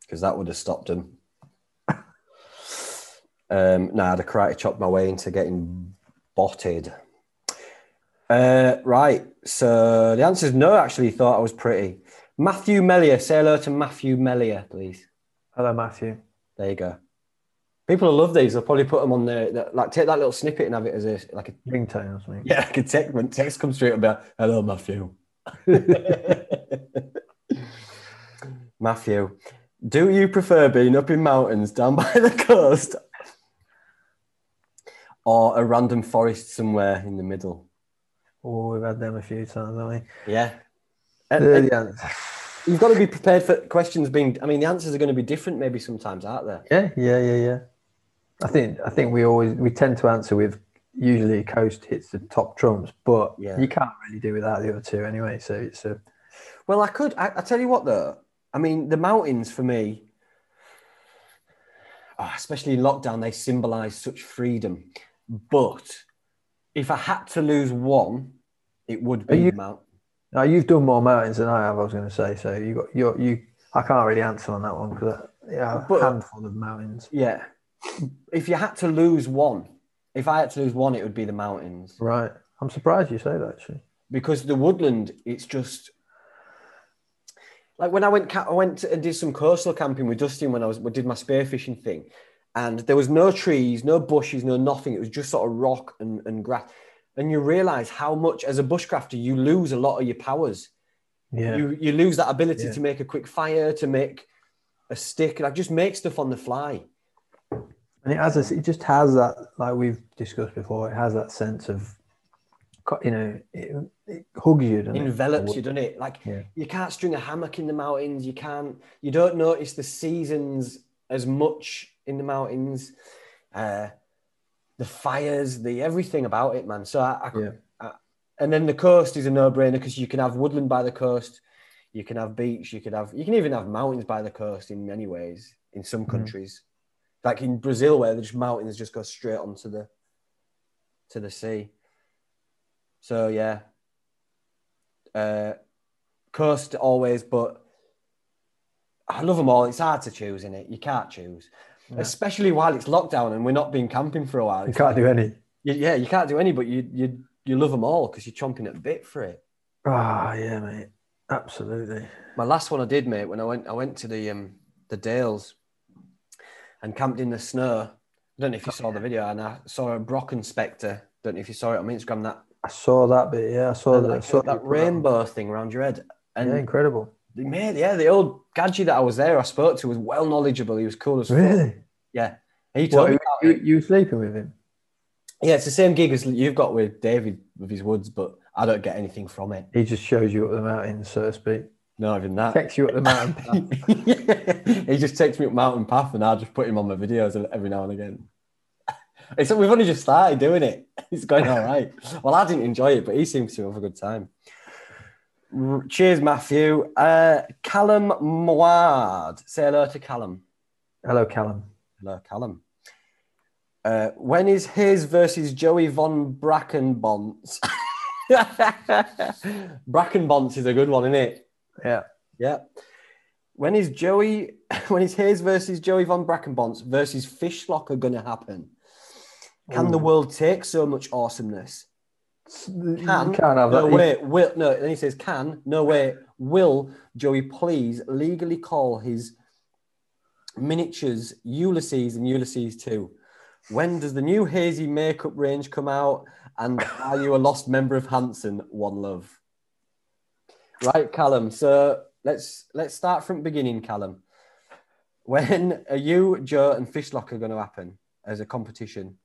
S1: because that would have stopped him. Um, no, I'd have karate chopped my way into getting botted. Uh, right. So the answer is no. Actually, he thought I was pretty. Matthew Mellier. Say hello to Matthew Mellier, please.
S2: Hello, Matthew.
S1: There you go. People will love these. They'll probably put them on their, their- like take that little snippet and have it as a like a
S2: Ringtone or something.
S1: yeah like a text when text comes straight and be like, hello Matthew. Matthew, do you prefer being up in mountains down by the coast or a random forest somewhere in the middle?
S2: Oh, we've had them a few times, haven't Uh, we?
S1: Yeah.
S2: They're the answer.
S1: You've got to be prepared for questions being. I mean, the answers are going to be different, maybe sometimes, aren't they?
S2: Yeah, yeah, yeah, yeah. I think I think we always we tend to answer with usually coast hits the top trumps, but
S1: Yeah.
S2: you can't really do without the other two anyway. So it's a
S1: Well, I could. I, I tell you what, though. I mean, the mountains for me, ah, especially in lockdown, they symbolise such freedom. But if I had to lose one, it would be
S2: Are you-
S1: the mount.
S2: now you've done more mountains than I have. I was going to say so. You got you you. I can't really answer on that one because yeah, a
S1: But-
S2: handful of mountains.
S1: Yeah. If you had to lose one, If I had to lose one, it would be the mountains
S2: Right. I'm surprised you say that actually.
S1: because the woodland, it's just like when I went, ca- I went and did some coastal camping with Dustin when I was when I did my spearfishing thing, and there was no trees, no bushes, no nothing. It was just sort of rock and, and grass, and you realise how much as a bushcrafter you lose a lot of your powers.
S2: Yeah.
S1: you you lose that ability
S2: Yeah.
S1: to make a quick fire, to make a stick, like just make stuff on the fly.
S2: and it has this, it just has that like we've discussed before. It has that sense of, co- you know, it, it hugs you. doesn't it?
S1: Envelops you, doesn't it? Like
S2: Yeah.
S1: you can't string a hammock in the mountains. You can't. You don't notice the seasons as much in the mountains. Uh, the fires, the everything about it, man. So I, I,
S2: Yeah.
S1: I- and then the coast is a no-brainer because you can have woodland by the coast, you can have beach, you could have, you can even have mountains by the coast in many ways in some
S2: Mm-hmm.
S1: countries, like in Brazil where the just mountains just go straight onto the to the sea. So yeah, uh, coast always, but I love them all. It's hard to choose, is it? You can't choose, especially while it's lockdown and we're not been camping for a while.
S2: You
S1: It's
S2: can't do any.
S1: you, yeah, you can't do any, but you you you love them all because you're chomping at the bit for it.
S2: Ah, yeah, mate. Absolutely.
S1: My last one I did, mate, when I went I went to the um the Dales and camped in the snow. I don't know if you saw the video, and I saw a Brocken Spectre. Don't know if you saw it on my Instagram. That
S2: I saw that bit. Yeah, I saw that. Oh, I
S1: like,
S2: saw
S1: that
S2: that
S1: rainbow thing around your head. And
S2: Yeah, incredible.
S1: the- mate, yeah, the old gadget that I was there, I spoke to was well knowledgeable. He was cool as fuck.
S2: Really?
S1: Yeah, he told
S2: What,
S1: me
S2: you,
S1: about
S2: you,
S1: it.
S2: you were sleeping with him?
S1: Yeah, it's the same gig as you've got with David with his woods, but I don't get anything from it.
S2: He just shows you up the mountain, so to speak.
S1: Not even that.
S2: Takes you up the mountain.
S1: he just takes me up mountain path and I just put him on my videos every now and again. It's we've only just started doing it. It's going all right. Well, I didn't enjoy it, but he seems to have a good time. R- Cheers, Matthew. Uh, Callum Moard. Say hello to Callum.
S2: Hello, Callum.
S1: Hello, Callum. Uh, when is his versus Joey von Brackenbonds? Brackenbonds is a good one, isn't it?
S2: Yeah.
S1: Yeah. When is Joey? When is Hayes versus Joey von Brackenbonds versus Fishlocker going to happen? Can the
S2: Ooh.
S1: world take so much awesomeness?
S2: You
S1: Can
S2: can't have
S1: no
S2: that.
S1: way will no. Then he says, "Can no way will Joey please legally call his miniatures Ulysses and Ulysses Two? When does the new hazy makeup range come out? And are you a lost member of Hanson? One love." Right, Callum. So let's let's start from the beginning, Callum. When are you, Joe, and Fishlocker going to happen as a competition?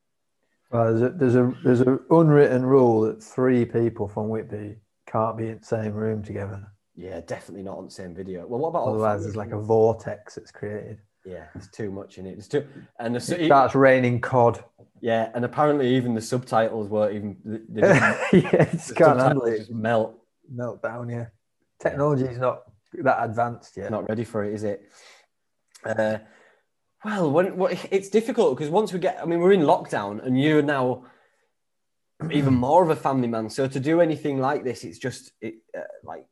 S2: Well, there's a, there's a there's an unwritten rule that three people from Whitby can't be in the same room together.
S1: Yeah, definitely not on the same video. Well, what about
S2: Otherwise, there's like a vortex that's created.
S1: Yeah, it's too much in it. It's too and the,
S2: It
S1: su-
S2: starts raining cod.
S1: yeah, and apparently even the subtitles were even the, the,
S2: yeah,
S1: the
S2: it's can't handle
S1: subtitles
S2: it.
S1: just melt.
S2: Melt down. Yeah, technology's not that advanced yet.
S1: Not ready for it, is it? Uh, well, when, what, it's difficult because once we get, I mean, we're in lockdown, and you're now even more of a family man. So to do anything like this, it's just it, uh, like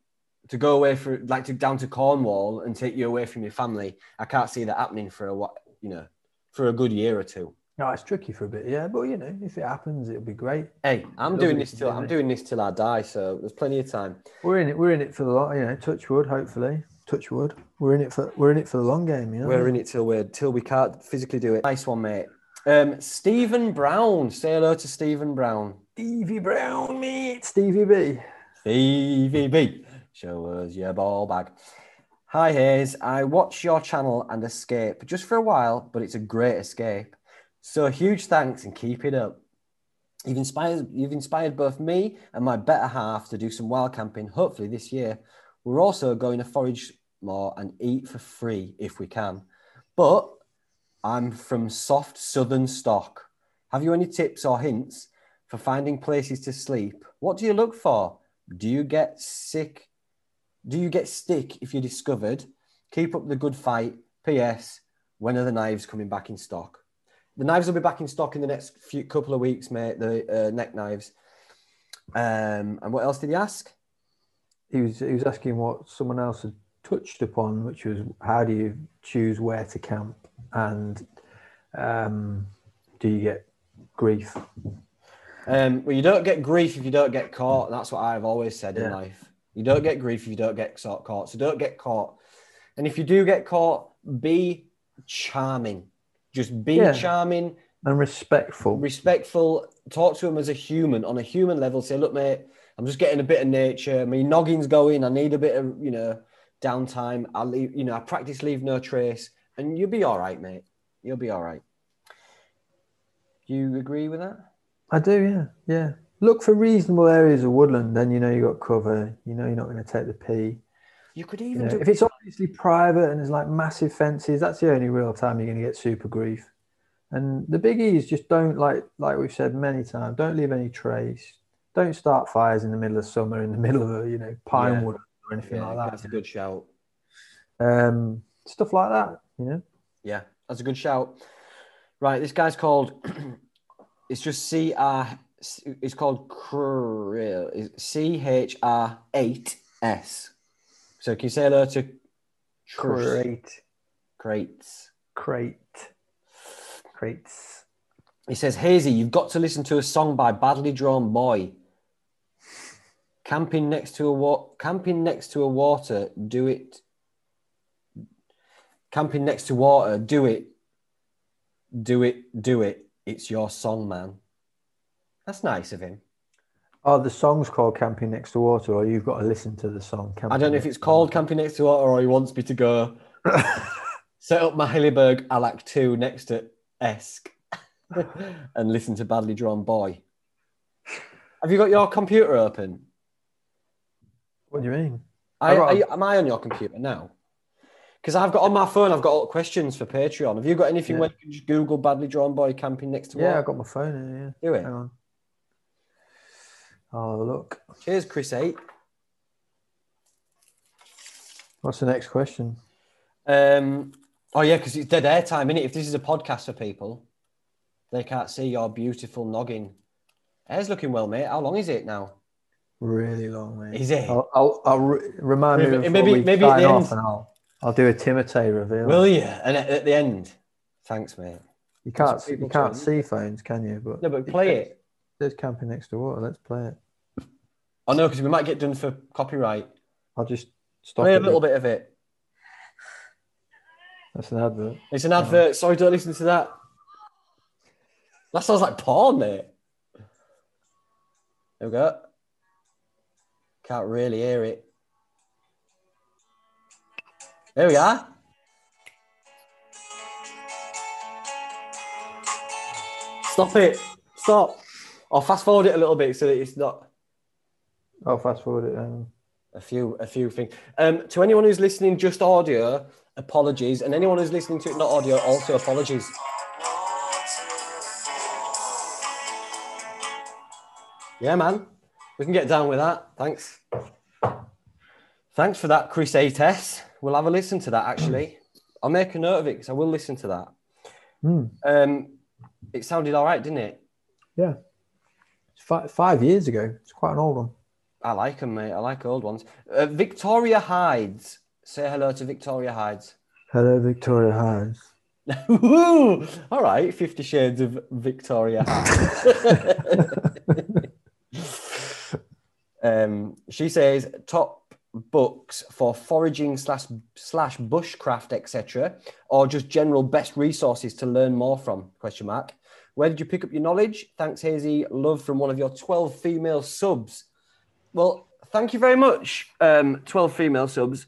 S1: to go away for like to down to Cornwall and take you away from your family. I can't see that happening for a wh- you know for a good year or two.
S2: No, it's tricky for a bit. Yeah, but you know, if it happens, it'll be great.
S1: Hey, I'm
S2: Lovely
S1: doing this
S2: to
S1: till
S2: do
S1: I'm
S2: it.
S1: doing this till I die, so there's plenty of time.
S2: We're in it. We're in it for the long. You know, touch wood. Hopefully, touch wood. We're in it for we're in it for the long game. You know,
S1: We're in it till we're till we can't physically do it. Nice one, mate. Um, Stephen Brown. Say hello to Stephen Brown.
S2: Stevie Brown, mate. Stevie B.
S1: CVB. Show us your ball bag. Hi Hayes. I watch your channel and escape just for a while, but it's a great escape. So huge thanks and keep it up. You've inspired you've inspired both me and my better half to do some wild camping, hopefully this year. We're also going to forage more and eat for free if we can. But I'm from soft southern stock. Have you any tips or hints for finding places to sleep? What do you look for? Do you get sick? Do you get stick if you're discovered? Keep up the good fight. P.S. When are the knives coming back in stock? The knives will be back in stock in the next few couple of weeks, mate. The uh, neck knives. Um, and what else did he ask?
S2: he was he was asking what someone else had touched upon, which was how do you choose where to camp and um, do you get grief.
S1: Um, well, you don't get grief if you don't get caught. That's what I've always said in
S2: Yeah.
S1: life. You don't get grief if you don't get so- caught. So don't get caught. And if you do get caught, be charming. Just be
S2: Yeah.
S1: charming,
S2: And respectful.
S1: respectful. Talk to him as a human on a human level. Say, look, mate, I'm just getting a bit of nature. My noggin's going. I need a bit of you know downtime. I leave. You know, I practice leave no trace, and you'll be all right, mate. You'll be all right. You agree with that?
S2: I do, yeah, yeah. Look for reasonable areas of woodland, then you know you've got cover. You know you're not going to take the pee.
S1: You could
S2: You
S1: even
S2: know,
S1: do
S2: if it's obviously private and there's like massive fences, that's the only real time you're going to get super grief. And the big E is just don't like like we've said many times. Don't leave any trace. Don't start fires in the middle of summer in the middle of a you know pine
S1: Yeah.
S2: wood or anything
S1: Yeah,
S2: like
S1: That's a
S2: that.
S1: good shout.
S2: Um, stuff like that. You know,
S1: Yeah, that's a good shout. Right, this guy's called. it's just C R. It's called Krill. C H R eight S. So can you say hello to Chris?
S2: crate,
S1: Crates?
S2: crate, crates.
S1: He says, Hazy, you've got to listen to a song by Badly Drawn Boy. Camping next to a wa- camping next to a water, do it. Camping next to water, do it. Do it, do it. It's your song, man. That's nice of him.
S2: Oh, the song's called Camping Next to Water, or you've got to listen to the song. Camping
S1: I don't know if it's called Camping Next to Water or he wants me to go set up my Hilliberg Alac 2 next to Esk and listen to Badly Drawn Boy. Have you got your computer open?
S2: What do you mean?
S1: I,
S2: I've got
S1: are
S2: a-
S1: you- am I on your computer now? Because I've got on my phone, I've got all questions for Patreon. Have you got anything
S2: Yeah.
S1: where you can just Google badly drawn boy camping next to
S2: Yeah,
S1: yeah,
S2: I've got my phone here.
S1: Do
S2: Yeah.
S1: it.
S2: Hang on. I'll have a look.
S1: Cheers, Chris Eight.
S2: What's the next question?
S1: Um, oh yeah, because it's dead air time, innit? If this is a podcast for people, they can't see your beautiful noggin. Hair's looking well, mate. How long is it now?
S2: Really long, mate.
S1: Is it?
S2: I'll, I'll, I'll re- remind
S1: Maybe-
S2: me before
S1: maybe-
S2: we
S1: maybe at
S2: sign
S1: the
S2: off,
S1: end.
S2: and I'll, I'll do a Timotei reveal.
S1: Will you? And at, at the end, thanks, mate.
S2: you can't
S1: That's what
S2: you
S1: people
S2: can't
S1: do.
S2: see phones, can you? But
S1: No, but play it.
S2: There's Camping Next to Water. Let's play it.
S1: Oh no, because we might get done for copyright.
S2: I'll just stop
S1: Play a
S2: it.
S1: little bit of it.
S2: That's an advert.
S1: It's an advert. Sorry, don't listen to that. That sounds like porn, mate. There we go. Can't really hear it. There we are. Stop it. Stop. I'll fast forward it a little bit so that it's not
S2: I'll fast forward it. Um,
S1: a few a few things um to anyone who's listening just audio apologies and anyone who's listening to it not audio also apologies yeah man we can get down with that thanks thanks for that chris ates we'll have a listen to that actually i'll make a note of it because i will listen to that
S2: hmm.
S1: um it sounded all right didn't it
S2: Yeah. It's fi- five years ago. It's quite an old one.
S1: I like them, mate. I like old ones. Uh, Victoria Hides. Say hello to Victoria Hides.
S2: Hello, Victoria Hines.
S1: Ooh, all right, Fifty Shades of Victoria. um, she says top books for foraging slash slash bushcraft etc or just general best resources to learn more from question mark where did you pick up your knowledge thanks hazy love from one of your 12 female subs well thank you very much um 12 female subs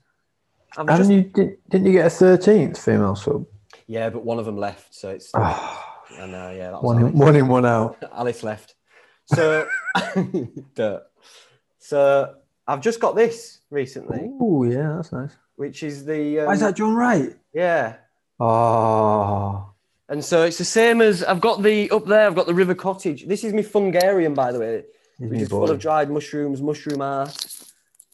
S1: I've
S2: And
S1: just-
S2: you did, didn't you get a thirteenth female sub?
S1: yeah but one of them left so it's
S2: Ah,
S1: I know, yeah, that was
S2: one in
S1: Alice.
S2: one in, one out.
S1: Alice left. So, dirt. So, I've just got this recently,
S2: Oh yeah, that's nice.
S1: which is the um,
S2: Why is that John Wright?
S1: yeah.
S2: Oh,
S1: And so it's the same as I've got the up there. I've got the River Cottage. This is my fungarium, by the way,
S2: he's
S1: which
S2: me
S1: is full
S2: boy.
S1: of dried mushrooms, mushroom art.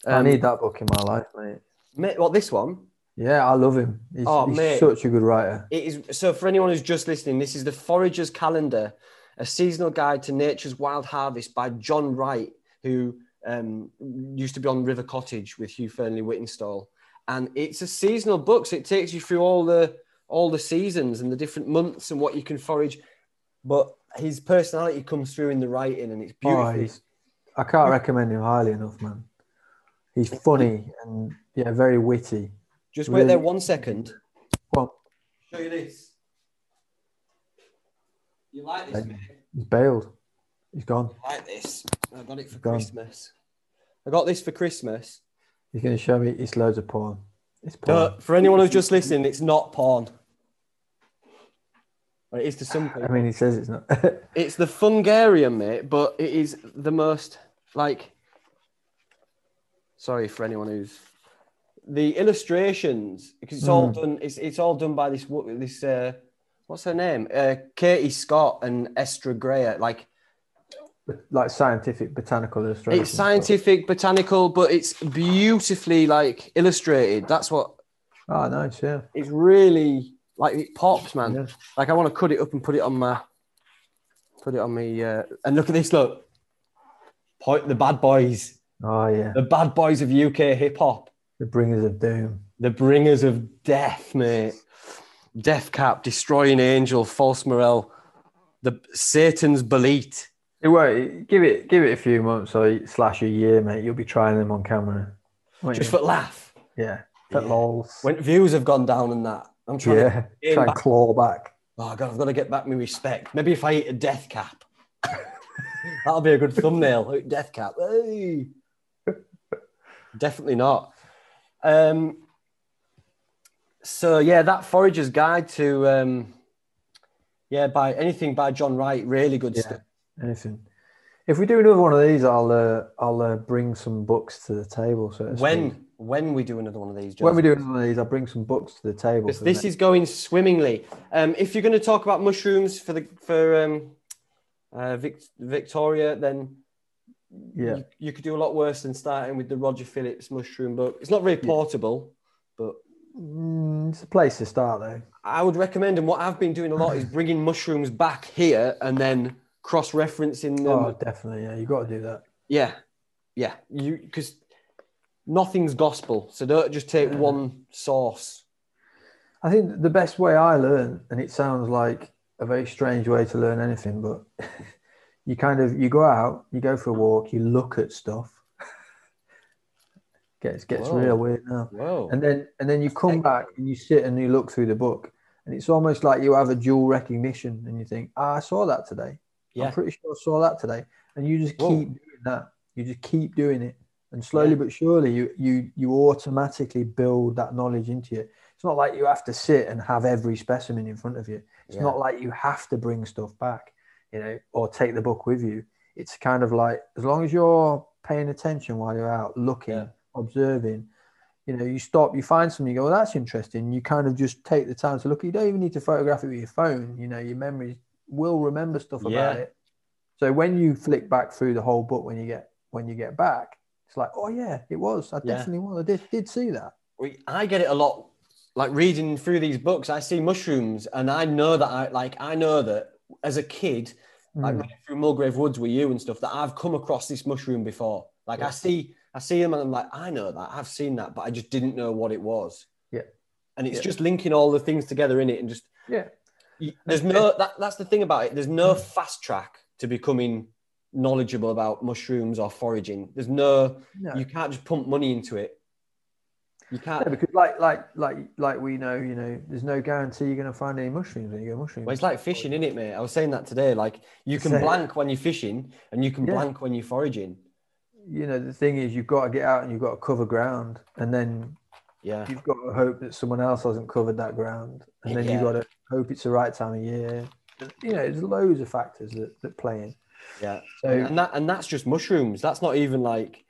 S2: I
S1: Um,
S2: need that book in my life, mate.
S1: ma- What this one?
S2: Yeah, I love him. He's,
S1: Oh,
S2: he's
S1: mate.
S2: such a good writer.
S1: It is so for anyone who's just listening, this is the Forager's Calendar, a seasonal guide to nature's wild harvest by John Wright, who um, used to be on River Cottage with Hugh Fernley Whittinstall. And it's a seasonal book, so it takes you through all the all the seasons and the different months and what you can forage. But his personality comes through in the writing, and it's beautiful.
S2: Oh, he's, I can't recommend him highly enough, man. He's funny and yeah, very witty.
S1: Just wait there
S2: really-
S1: one second.
S2: Well,
S1: Show you this. You like
S2: this, mate? he's bailed. He's gone.
S1: like this. I got it for
S2: Go on.
S1: Christmas. I got this for Christmas.
S2: He's going to show me. It's loads of porn. It's porn.
S1: But Uh, for anyone who's just listening, it's not porn. Well, it is to some
S2: I
S1: people.
S2: mean, he says it's not.
S1: It's the Fungarian, mate, but it is the most like. Sorry for anyone who's the illustrations because it's
S2: Hmm.
S1: all done. It's it's all done by this wo- this uh, what's her name? Uh, Katie Scott and Estra Greer. Like
S2: like scientific botanical illustration.
S1: it's scientific, botanical, but it's beautifully like illustrated. That's what
S2: Oh, nice. Yeah.
S1: it's really like it pops, man.
S2: Yeah.
S1: Like I want to cut it up and put it on my, put it on me. Uh, and look at this, look. Point the bad boys,
S2: Oh, yeah.
S1: the bad boys of UK hip hop,
S2: The bringers of doom.
S1: the bringers of death, mate. Death Cap, Destroying Angel, False Morel, the Satan's Belit.
S2: It won't. Give it. Give it a few months or slash a year, mate. You'll be trying them on camera. won't
S1: Just
S2: you?
S1: for laugh.
S2: yeah. For
S1: Yeah.
S2: lols.
S1: When views have gone down and that, I'm trying. To,
S2: yeah.
S1: aim
S2: Try and
S1: back.
S2: claw back.
S1: oh god, I've got to get back my respect. Maybe if I eat a Death Cap, that'll be a good thumbnail. Death Cap. Hey. Definitely not. Um, so yeah, that Forager's Guide to um, yeah, by anything by John Wright, really good
S2: Yeah.
S1: stuff.
S2: Anything. If we do another one of these, I'll uh, I'll uh, bring some books to the table. So to speak.
S1: When when we do another one of these,
S2: when we
S1: Joseph.
S2: do another one of these, I'll bring some books to the table.
S1: Because
S2: for the
S1: this
S2: next-
S1: is going swimmingly. Um, if you're going to talk about mushrooms for the for um, uh, Vic- Victoria, then
S2: yeah.
S1: you, you could do a lot worse than starting with the Roger Phillips mushroom book. It's not very
S2: Yeah.
S1: portable, but
S2: Mm, it's a place to start though.
S1: I would recommend. And what I've been doing a lot is bringing mushrooms back here and then cross-referencing them.
S2: Oh, definitely. Yeah, you got to do that.
S1: Yeah, yeah. You because nothing's gospel, so don't just take
S2: Yeah.
S1: one source.
S2: I think the best way I learn, and it sounds like a very strange way to learn anything, but you kind of you go out, you go for a walk, you look at stuff. gets gets
S1: Whoa.
S2: real weird now.
S1: Whoa.
S2: And then and then you come back and you sit and you look through the book, and it's almost like you have a dual recognition, and you think, ah, I saw that today.
S1: Yeah.
S2: I'm pretty sure I saw that today, and you just
S1: Whoa.
S2: keep doing that. You just keep doing it, and slowly
S1: Yeah.
S2: but surely, you you you automatically build that knowledge into you. It's not like you have to sit and have every specimen in front of you. It's
S1: Yeah.
S2: not like you have to bring stuff back, you know, or take the book with you. It's kind of like as long as you're paying attention while you're out looking,
S1: Yeah.
S2: observing, you know, you stop, you find something, you go, well, that's interesting. You kind of just take the time to look. You don't even need to photograph it with your phone. You know, your memory will remember stuff about
S1: Yeah.
S2: it. So when you flick back through the whole book when you get when you get back, it's like, oh yeah, it was. I
S1: Yeah.
S2: definitely was. I did, did see that.
S1: we, I get it a lot. Like reading through these books, I see mushrooms, and I know that I like. I know that as a kid, like
S2: Mm.
S1: reading through Mulgrave Woods with you and stuff, that I've come across this mushroom before. Like I
S2: Yeah.
S1: see, I see them, and I'm like, I know that, I've seen that, but I just didn't know what it was.
S2: Yeah.
S1: and it's
S2: Yeah.
S1: just linking all the things together in it, and just
S2: Yeah.
S1: y- there's no that, that's the thing about it. There's
S2: Hmm.
S1: no fast track to becoming knowledgeable about mushrooms or foraging. There's no
S2: No.
S1: you can't just pump money into it. You can't.
S2: Yeah, because like like like like we know, you know, there's no guarantee you're gonna find any mushrooms when you go mushrooms.
S1: Well, it's like fishing, isn't it, mate? I was saying that today. Like you can
S2: Same.
S1: blank when you're fishing, and you can
S2: Yeah.
S1: blank when you're foraging.
S2: you know, the thing is you've got to get out and you've got to cover ground and then
S1: Yeah,
S2: you've got to hope that someone else hasn't covered that ground. And then
S1: Yeah.
S2: you've got to hope it's the right time of year. You know, there's loads of factors that, that play in.
S1: yeah.
S2: So
S1: and that and that's just mushrooms. That's not even like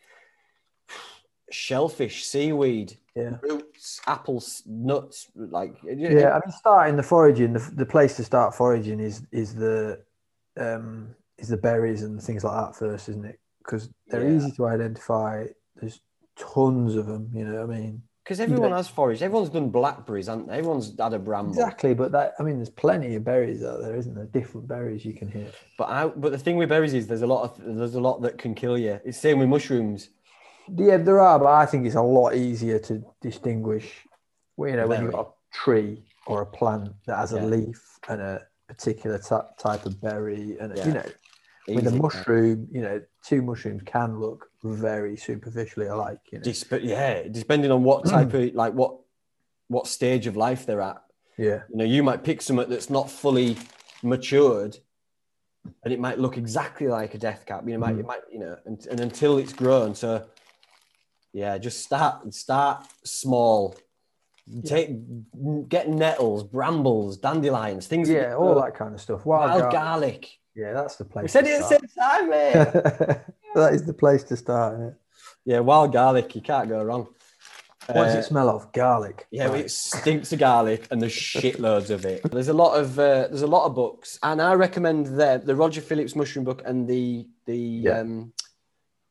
S1: shellfish, seaweed,
S2: yeah.
S1: roots, apples, nuts. Like
S2: Yeah, I mean starting the foraging, the, the place to start foraging is is the um is the berries and things like that first, isn't it? Because they're
S1: Yeah.
S2: easy to identify. There's tons of them, you know what I mean?
S1: because everyone has foraged. Everyone's done blackberries, haven't they? Everyone's had a bramble.
S2: Exactly, but that I mean, there's plenty of berries out there, isn't there? Different berries you can hit.
S1: But I, but the thing with berries is there's a lot of there's a lot that can kill you. It's same with mushrooms.
S2: Yeah, there are, but I think it's a lot easier to distinguish. well, You know, when you've
S1: Berry.
S2: got a tree or a plant that has
S1: Yeah.
S2: a leaf and a particular ty- type of berry, and
S1: Yeah.
S2: you know, with
S1: Easy.
S2: a mushroom, you know, two mushrooms can look very superficially alike. You know?
S1: Disp- yeah, depending on what type of like what what stage of life they're at.
S2: Yeah,
S1: You know, you might pick something that's not fully matured, and it might look exactly like a death cap. You know,
S2: Mm-hmm.
S1: might, it might you know, and, and until it's grown. So, yeah, just start start small. Take get nettles, brambles, dandelions, things. that
S2: yeah,
S1: you
S2: all
S1: grow.
S2: that kind of stuff. Wild,
S1: wild
S2: garden.
S1: garlic.
S2: Yeah, that's the place.
S1: We said
S2: to
S1: it at the
S2: start.
S1: same time, mate.
S2: that is the place to start. Isn't it?
S1: yeah, wild garlic. You can't go wrong.
S2: What does
S1: Uh,
S2: it smell of? Garlic.
S1: Yeah,
S2: Right.
S1: it stinks of garlic, and there's shitloads of it. There's a lot of uh, there's a lot of books, and I recommend the the Roger Phillips mushroom book and the the
S2: Yeah.
S1: um,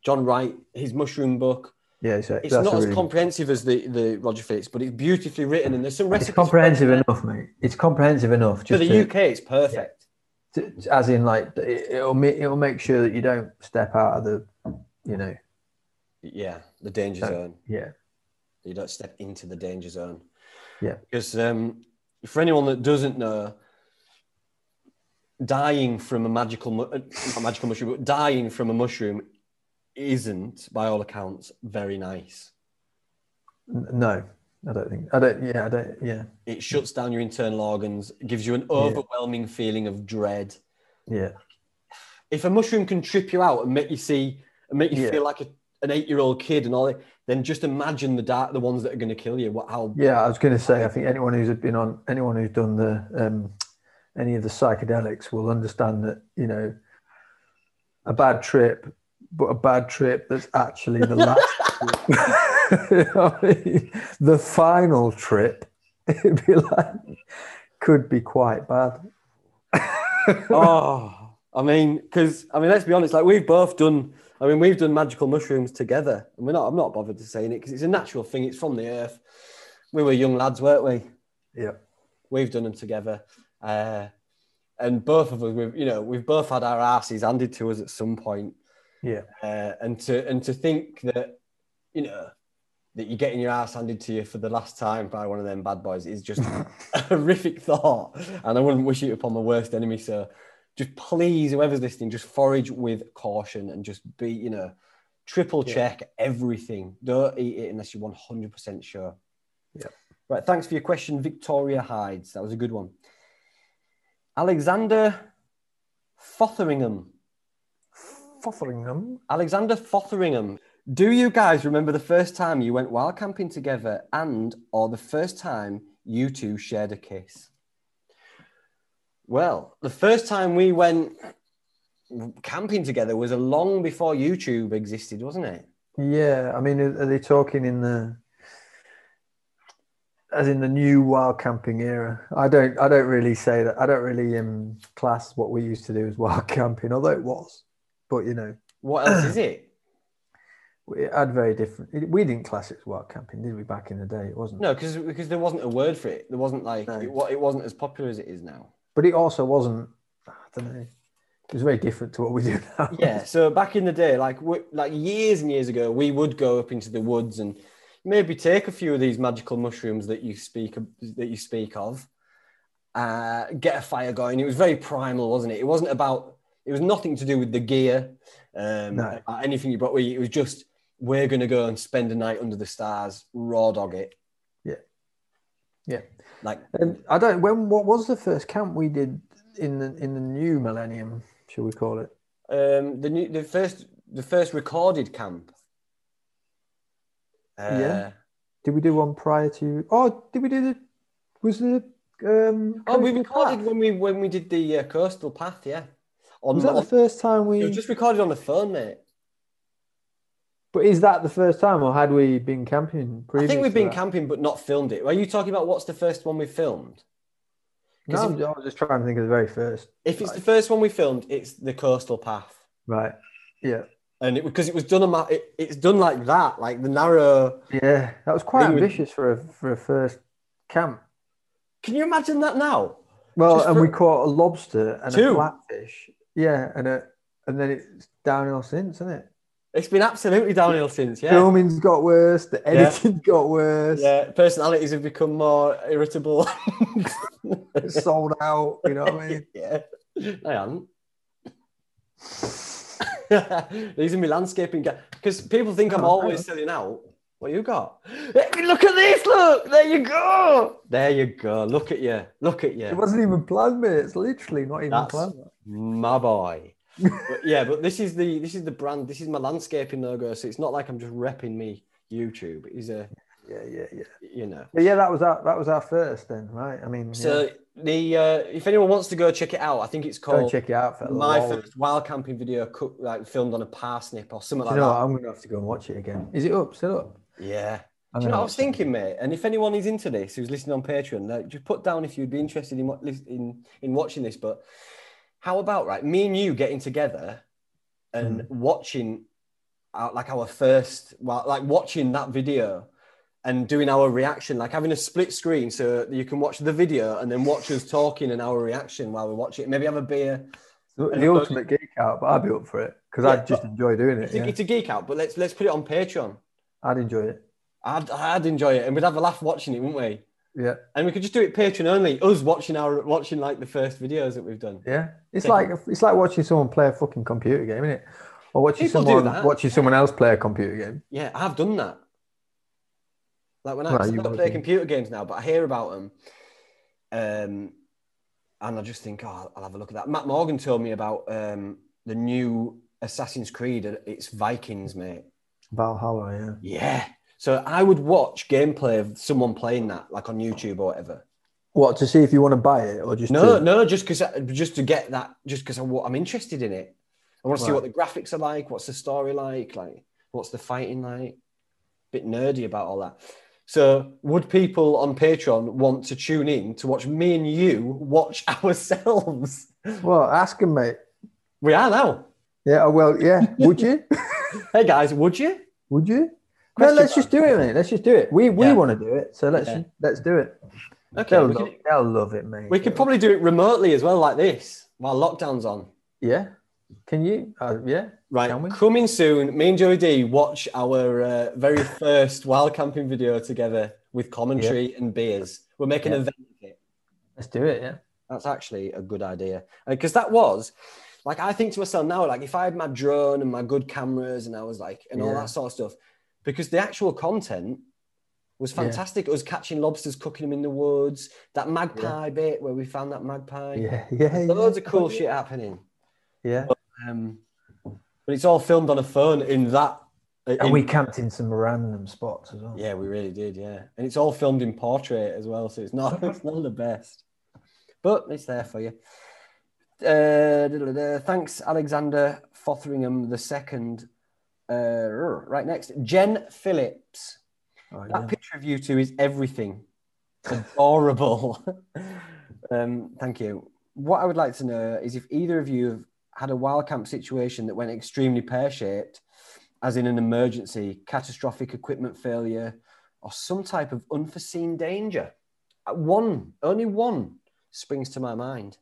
S1: John Wright his mushroom book.
S2: yeah. So
S1: It's
S2: that's
S1: not
S2: a
S1: as
S2: really-
S1: comprehensive as the the Roger Phillips, but it's beautifully written, and there's some
S2: It's
S1: recipes.
S2: comprehensive enough, mate. It's comprehensive enough.
S1: for
S2: Just
S1: the
S2: to-
S1: UK. It's perfect.
S2: to- to- as in, like it- it'll ma- it'll make sure that you don't step out of the, you know,
S1: Yeah, the danger
S2: Yeah.
S1: zone.
S2: yeah,
S1: You don't step into the danger zone.
S2: Yeah.
S1: because um, for anyone that doesn't know. Dying from a magical, mu- uh, not magical mushroom, but dying from a mushroom isn't, by all accounts, very nice.
S2: N- no, I don't think I don't. Yeah, I don't. Yeah,
S1: It shuts down your internal organs, gives you an overwhelming feeling of dread.
S2: yeah,
S1: If a mushroom can trip you out and make you see and make you
S2: Yeah.
S1: feel like a, an eight-year-old kid and all that, then just imagine the dark, the ones that are going to kill you. What? How?
S2: yeah. I was going to say, I think anyone who's been on, anyone who's done the um, any of the psychedelics will understand that you know, a bad trip, but a bad trip that's actually the last, trip. You know what I mean? the final trip. It'd be like could be quite bad.
S1: oh, I mean, because I mean, let's be honest. Like we've both done. I mean, we've done magical mushrooms together, and we're not. I'm not bothered to saying it because it's a natural thing. It's from the earth. We were young lads, weren't we?
S2: Yeah.
S1: we've done them together, uh, and both of us, we've you know, we've both had our asses handed to us at some point,
S2: Yeah.
S1: uh, and to and to think that, you know, that you're getting your ass handed to you for the last time by one of them bad boys is just a horrific thought, and I wouldn't wish it upon my worst enemy. So, just please, whoever's listening, just forage with caution and just be, you know. Triple
S2: Yeah.
S1: check everything. Don't eat it unless you're 100% sure. Right, thanks for your question, Victoria Hides. That was a good one. Alexander Fotheringham.
S2: Fotheringham.
S1: Alexander Fotheringham. Do you guys remember the first time you went wild camping together and or the first time you two shared a kiss? Well, the first time we went camping together was a long before YouTube existed, wasn't it?
S2: Yeah, I mean, are are they talking in the as in the new wild camping era? I don't, I don't really say that. I don't really um, class what we used to do as wild camping, although it was. But you know,
S1: What else is it?
S2: it had very different. it- We didn't class it as wild camping, did we? Back in the day, it wasn't.
S1: No, because because there wasn't a word for it. There wasn't like
S2: No.
S1: it, wa- it wasn't as popular as it is now.
S2: But it also wasn't. I don't know. It was very different to what we do now.
S1: yeah so back in the day like w- like years and years ago we would go up into the woods and maybe take a few of these magical mushrooms that you speak of, that you speak of uh, get a fire going it was very primal wasn't it it wasn't about it was nothing to do with the gear um
S2: No.
S1: or anything you brought with you it was just we're going to go and spend a night under the stars raw dog it
S2: Yeah. Yeah.
S1: like
S2: And I don't. When what was the first camp we did in the in the new millennium? Shall we call it?
S1: um the new the first the first recorded camp uh,
S2: Yeah. Did we do one prior to? Oh, did we do the? Was the? Um,
S1: Oh, we
S2: Coastal
S1: recorded
S2: Path?
S1: when we when we did the uh, coastal path, yeah. On
S2: Was that the
S1: on-
S2: first time
S1: it
S2: we?
S1: was just recorded on the phone, mate.
S2: But is that the first time, or had we been camping?
S1: I
S2: Previous
S1: think we've
S2: to
S1: been
S2: that?
S1: camping but not filmed it. Are you talking about what's the first one we filmed?
S2: No,
S1: 'cause
S2: I'm- I was just trying to think of the very first.
S1: If it's the
S2: Right.
S1: first one we filmed, it's the coastal path,
S2: Right. Yeah.
S1: and it because it was done on ma- it, it's done like that, like the narrow.
S2: Yeah. That was quite
S1: Then we-
S2: ambitious for a for a first camp.
S1: Can you imagine that now?
S2: Well,
S1: Just
S2: and
S1: for-
S2: we caught a lobster and
S1: Two.
S2: a flatfish. Yeah, and a and then it's downhill since, isn't it?
S1: It's been absolutely downhill since, yeah.
S2: Filming's got worse. The editing got worse.
S1: Yeah, personalities have become more irritable.
S2: sold out. You know what I mean?
S1: yeah, I am. These are my landscaping because people think I'm
S2: Oh,
S1: always selling out. What you got? Let me look at this. Look, there you go. There you go. Look at you. Look at
S2: It
S1: you,
S2: wasn't even planned, mate. It's literally not even
S1: That's-
S2: planned.
S1: my boy. but yeah, but this is the this is the brand. This is my landscaping logo. So it's not like I'm just repping me YouTube. It's a
S2: Yeah, yeah, yeah.
S1: you know.
S2: But yeah, that was our that was our first then, right? I mean, yeah.
S1: So the uh, if anyone wants to go check it out, I think it's
S2: go
S1: called
S2: check it out. For
S1: My
S2: lol.
S1: First Wild Camping Video, cook, like filmed on a parsnip or something
S2: Do you
S1: like
S2: know
S1: that.
S2: what? I'm going to have to go and watch it again. Is it up? Still up?
S1: Yeah.
S2: I'm
S1: Do you know
S2: gonna
S1: what I
S2: watch
S1: was thinking, mate? And if anyone is into this who's listening on Patreon, like, just put down if you'd be interested in what lis- in in watching this. But how about right, me and you getting together and
S2: Hmm.
S1: watching our, like our first, well, like watching that video and doing our reaction, like having a split screen so you can watch the video and then watch us talking and our reaction while we watch it. Maybe have a beer.
S2: The,
S1: And
S2: the
S1: upload
S2: ultimate geek out, but I'd be up for it because
S1: Yeah,
S2: I'd just enjoy doing it.
S1: It's,
S2: Yeah.
S1: a, it's a geek out, but let's let's put it on Patreon.
S2: I'd enjoy it.
S1: I'd, I'd enjoy it, and we'd have a laugh watching it, wouldn't we?
S2: Yeah,
S1: And we could just do it patron only. Us watching our watching like the first videos that we've done.
S2: yeah. It's
S1: Take
S2: like it's like watching someone play a fucking computer game, isn't it? Or watching
S1: People do
S2: someone
S1: that.
S2: watching someone else play a computer game.
S1: Yeah, I've done that. Like when I,
S2: Right,
S1: 'cause I
S2: you
S1: don't
S2: wanna
S1: play
S2: do-
S1: computer games now, but I hear about them, um, and I just think, oh, I'll have a look at that. Matt Morgan told me about um, the new Assassin's Creed. and It's Vikings, mate.
S2: Valhalla, yeah.
S1: Yeah. So I would watch gameplay of someone playing that, like on YouTube or whatever.
S2: What to see if you want to buy it or just
S1: No,
S2: to-
S1: no, just because just to get that, just because I'm interested in it. I want to see
S2: Right.
S1: what the graphics are like, what's the story like, like what's the fighting like. Bit nerdy about all that. So, would people on Patreon want to tune in to watch me and you watch ourselves?
S2: Well, ask him, mate.
S1: We are now.
S2: Yeah, oh, well, yeah. Would you?
S1: Hey guys, would you?
S2: Would you? No,
S1: Question
S2: let's just do it, mate. Let's just do it. We we
S1: Yeah.
S2: want to do it, so let's
S1: Yeah.
S2: let's do it.
S1: Okay,
S2: They'll,
S1: we
S2: love,
S1: could,
S2: they'll love it, mate.
S1: we could probably do it remotely as well, like this, while lockdown's on.
S2: yeah. Can you? Uh, yeah.
S1: Right,
S2: Can we?
S1: coming soon. Me and Joey D watch our uh, very first wild camping video together with commentary and beers. We're making
S2: Yeah.
S1: an event of it.
S2: Let's do it. Yeah.
S1: That's actually a good idea because that was like I think to myself now, like if I had my drone and my good cameras and I was like and all
S2: Yeah.
S1: that sort of stuff, because the actual content was
S2: Yeah.
S1: fantastic. Us catching lobsters, cooking them in the woods. That magpie bit where we found that magpie.
S2: Yeah. Yeah. yeah.
S1: Loads of cool shit happening.
S2: Yeah.
S1: Um, but it's all filmed on a phone in that. uh,
S2: And
S1: in-
S2: we camped in some random spots as well.
S1: Yeah, we really did. Yeah, and it's all filmed in portrait as well, so it's not it's not the best, but it's there for you. Uh, da-da-da. thanks, Alexander Fotheringham the second. Uh, right next, Jen Phillips.
S2: Oh,
S1: That
S2: yeah.
S1: picture of you two is everything. Adorable. um, thank you. What I would like to know is if either of you have had a wild camp situation that went extremely pear shaped, as in an emergency, catastrophic equipment failure, or some type of unforeseen danger. Uh, One, only one springs to my mind.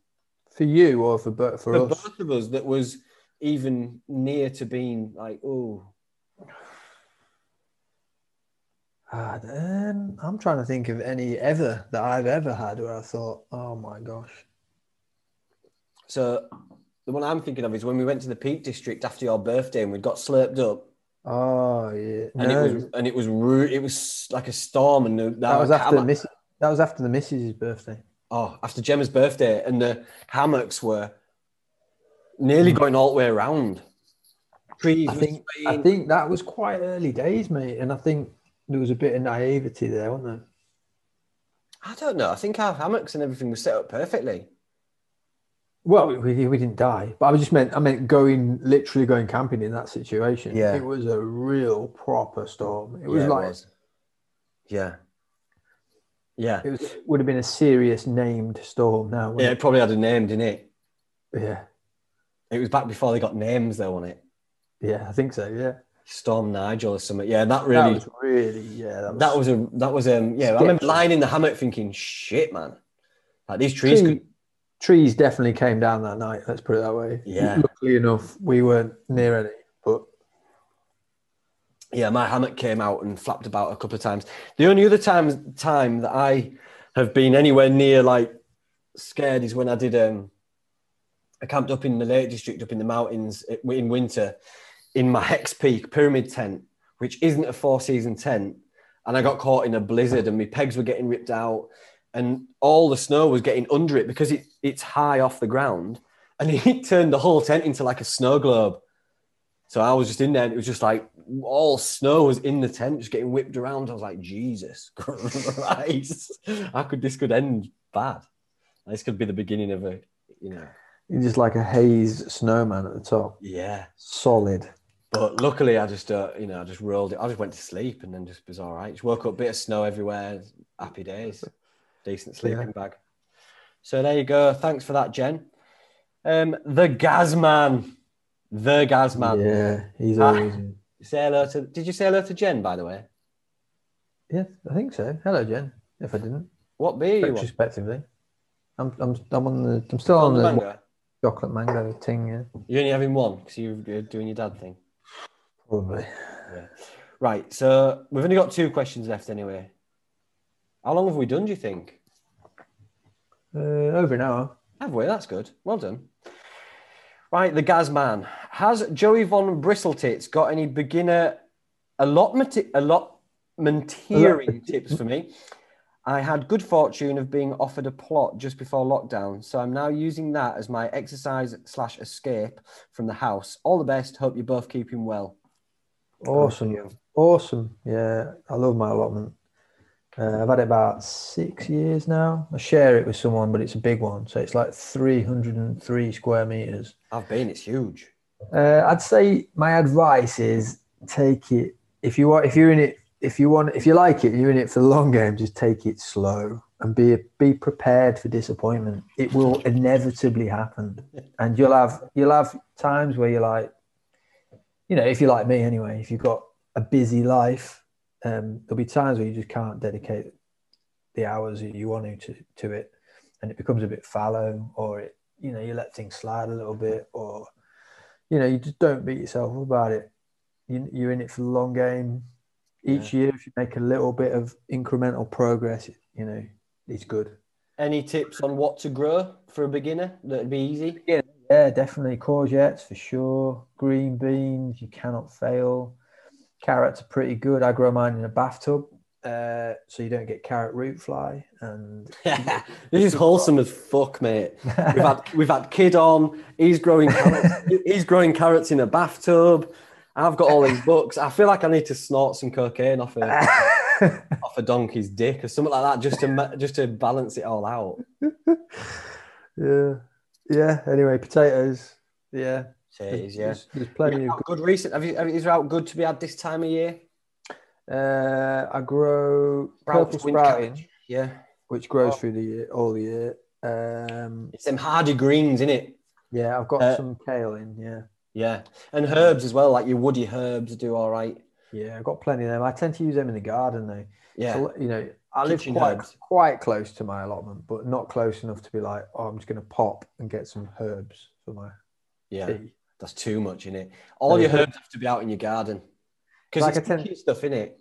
S2: For you or for bo- for,
S1: For
S2: us?
S1: both of us, that was even near to being like, oh,
S2: Ah, then I'm trying to think of any ever that I've ever had where I thought, oh my gosh.
S1: So the one I'm thinking of is when we went to the Peak District after your birthday and we got slurped up,
S2: Oh yeah.
S1: and
S2: No,
S1: it was and it was ru- it was like a storm, and the,
S2: that was after the
S1: hammock-
S2: miss- that was after the missus's birthday.
S1: oh after Gemma's birthday, and the hammocks were nearly going all the way around. Trees,
S2: Mm. I
S1: were
S2: think I
S1: swaying.
S2: think that was quite early days, mate. And I think there was a bit of naivety there, wasn't there?
S1: I don't know. I think our hammocks and everything was set up perfectly.
S2: Well, we, we didn't die, but I just meant I meant going literally going camping in that situation.
S1: Yeah.
S2: it was a real proper storm.
S1: Yeah,
S2: It was like
S1: yeah, yeah,
S2: it was would have been a serious named storm now.
S1: yeah.
S2: wouldn't
S1: It probably had a name, didn't it?
S2: it? yeah,
S1: It was back before they got names though on it.
S2: yeah, I think so. Yeah,
S1: Storm Nigel or something. Yeah, that really
S2: that was really yeah. That was,
S1: That was a that was um yeah. I
S2: Sketchy.
S1: remember lying in the hammock thinking, "Shit, man, like these trees."
S2: Tree-
S1: Could,
S2: trees definitely came down that night. Let's put it that way.
S1: Yeah.
S2: Luckily enough, we weren't near any, but
S1: yeah, my hammock came out and flapped about a couple of times. The only other time time that I have been anywhere near like scared is when I did um, I camped up in the Lake District, up in the mountains i- in winter, in my Hex Peak pyramid tent, which isn't a four season tent, and I got caught in a blizzard, and my pegs were getting ripped out, and all the snow was getting under it because it, it's high off the ground, and it turned the whole tent into like a snow globe. So I was just in there, and it was just like all snow was in the tent, just getting whipped around. I was like, Jesus Christ, how could this could end bad? This could be the beginning of a, you know,
S2: You're just like a haze snowman at the top.
S1: yeah.
S2: Solid.
S1: But luckily, I just, uh, you know, I just rolled it. I just went to sleep and then just was all right. Just woke up, bit of snow everywhere. Happy days, decent sleeping bag. So there you go. Thanks for that, Jen. Um, the Gazman, the Gazman.
S2: Yeah, he's
S1: Ah.
S2: always.
S1: Say hello to. Did you say hello to Jen, by the way?
S2: Yeah, I think so. Hello, Jen. If I didn't,
S1: What beer you want?
S2: retrospectively, I'm, I'm, I'm on the. I'm still on the
S1: Mango.
S2: chocolate mango thing. Yeah,
S1: You're only having one because you're doing your dad thing.
S2: probably.
S1: Right. So we've only got two questions left anyway. How long have we done? Do you think?
S2: Uh, over an hour.
S1: Have we? That's good. Well done. Right, the Gazman. Has Joey Von Bristletates got any beginner allotment allotmenteering tips for me? I had good fortune of being offered a plot just before lockdown, so I'm now using that as my exercise slash escape from the house. All the best. Hope you're both keeping well.
S2: Awesome. Awesome. Yeah, I love my allotment. Uh, I've had it about six years now. I share it with someone, but it's a big one. So it's like 303 square meters.
S1: I've been. It's huge.
S2: Uh, I'd say my advice is take it if you want if you're in it if you want if you like it and you're in it for the long game just take it slow and be be prepared for disappointment it will inevitably happen and you'll have you'll have times where you're like you know if you're like me anyway if you've got a busy life um, there'll be times where you just can't dedicate the hours that you want to to it and it becomes a bit fallow or it you know you let things slide a little bit or you know, you just don't beat yourself up about it. You, you're in it for the long game. Each year, if you make a little bit of incremental progress, you know, it's good.
S1: Any tips on what to grow for a beginner? That'd be easy.
S2: Yeah, definitely. Courgettes for sure. Green beans, you cannot fail. Carrots are pretty good. I grow mine in a bathtub, uh, so you don't get carrot root fly. And
S1: this is wholesome as fuck, mate. We've had we've had kid on. He's growing carrots. he's growing carrots in a bathtub. I've got all these books. I feel like I need to snort some cocaine off a off a donkey's dick or something like that, just to ma- just to balance it all out.
S2: yeah, yeah. Anyway, potatoes. Yeah,
S1: Cheers,
S2: there's,
S1: yeah.
S2: there's, there's plenty of
S1: Out good recent. Have you, have, is out good to be had this time of year?
S2: Uh, I grow
S1: Sprouts,
S2: purple
S1: wind
S2: sprouting,
S1: cabbage. Yeah,
S2: which grows
S1: Oh.
S2: through the year, all the year. Um,
S1: it's them hardy greens, isn't it?
S2: yeah, I've got
S1: Uh,
S2: some kale in. Yeah,
S1: Yeah, and herbs as well. Like your woody herbs do all right.
S2: yeah, I've got plenty of them. I tend to use them in the garden though.
S1: Yeah,
S2: So, you know, I live
S1: Kitchen
S2: quite
S1: herbs.
S2: quite close to my allotment, but not close enough to be like, oh, I'm just going to pop and get some herbs for my
S1: yeah.
S2: tea.
S1: That's too much in it. All your herbs have to be out in your garden because
S2: Like
S1: it's
S2: I tend-
S1: cute stuff in it.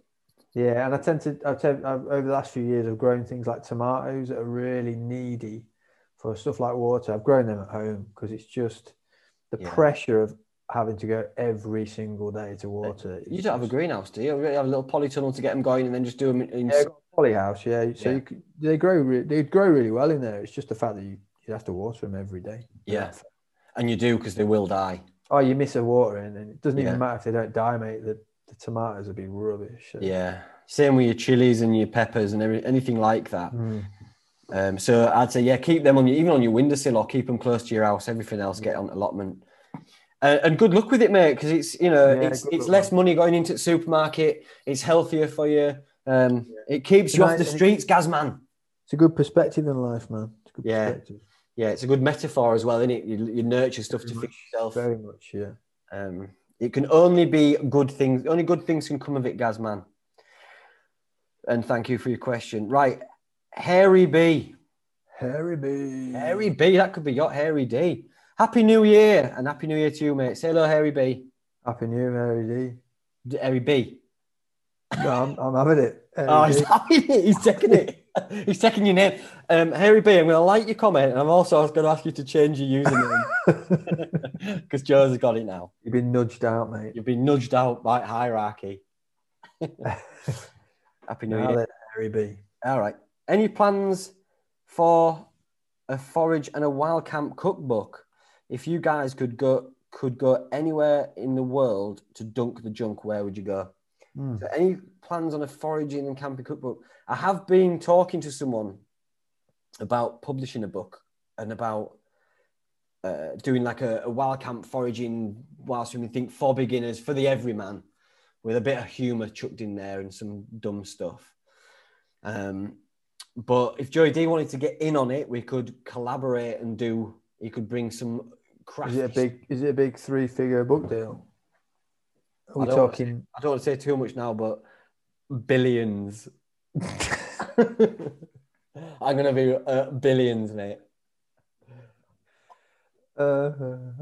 S2: Yeah, and I tend to, I've, tend- I've, over the last few years, I've grown things like tomatoes that are really needy for stuff like water. I've grown them at home because it's just the
S1: Yeah.
S2: pressure of having to go every single day to water. is
S1: You don't have a
S2: just-
S1: greenhouse, do you? You really have a little polytunnel to get them going and then just do them in. in-
S2: Yeah, I've got a polyhouse, yeah. So
S1: Yeah.
S2: You could, they grow, re- they grow really well in there. It's just the fact that you, you have to water them every day.
S1: Yeah. And you do because they will die.
S2: Oh, you miss a watering, and it doesn't
S1: Yeah.
S2: even matter if they don't die, mate. The, the tomatoes would be rubbish. so-
S1: Yeah. Same with your chilies and your peppers and every, anything like that.
S2: Mm.
S1: Um, so I'd say, yeah, keep them on your, even on your windowsill or keep them close to your house. Everything else, get on allotment. Uh, and good luck with it, mate, because it's you know
S2: Yeah,
S1: it's
S2: good
S1: it's
S2: luck,
S1: less money going into the supermarket. It's healthier for you. Um, It keeps you off
S2: Nice,
S1: the
S2: and it-
S1: streets, Gazman.
S2: It's a good perspective in life, man. It's a good
S1: Yeah.
S2: perspective.
S1: Yeah, it's a good metaphor as well, isn't it? You, you nurture stuff to
S2: Very
S1: fix yourself.
S2: Very much, yeah.
S1: Um, it can only be good things. Only good things can come of it, Gazman. And thank you for your question. Right, Harry B.
S2: Harry B.
S1: Harry B. That could be your Harry D. Happy New Year and Happy New Year to you, mate. Say hello, Harry B.
S2: Happy New Year, Harry D.
S1: D- Harry B.
S2: No, I'm, I'm having it. Harry
S1: Oh,
S2: D.
S1: he's having it. He's taking it. He's taking your name. Um, Harry B, I'm going to like your comment. And I'm also going to ask you to change your username because Joe's got it now.
S2: You've been nudged out, mate.
S1: You've been nudged out by hierarchy. Happy New
S2: Now
S1: Year.
S2: then, Harry B.
S1: All right. Any plans for a forage and a wild camp cookbook? If you guys could go could go anywhere in the world to dunk the junk, where would you go?
S2: Hmm.
S1: So any plans on a foraging and camping cookbook? I have been talking to someone about publishing a book and about uh, doing like a, a wild camp foraging, wild swimming thing for beginners, for the everyman, with a bit of humour chucked in there and some dumb stuff. Um, but if Joey D wanted to get in on it, we could collaborate and do. He could bring some craft.
S2: Is it a big? Is it a big three-figure book deal? Are
S1: I
S2: we
S1: don't wanna
S2: talking?
S1: I don't want to say too much now, but billions. I'm gonna be uh, billions, mate.
S2: Uh,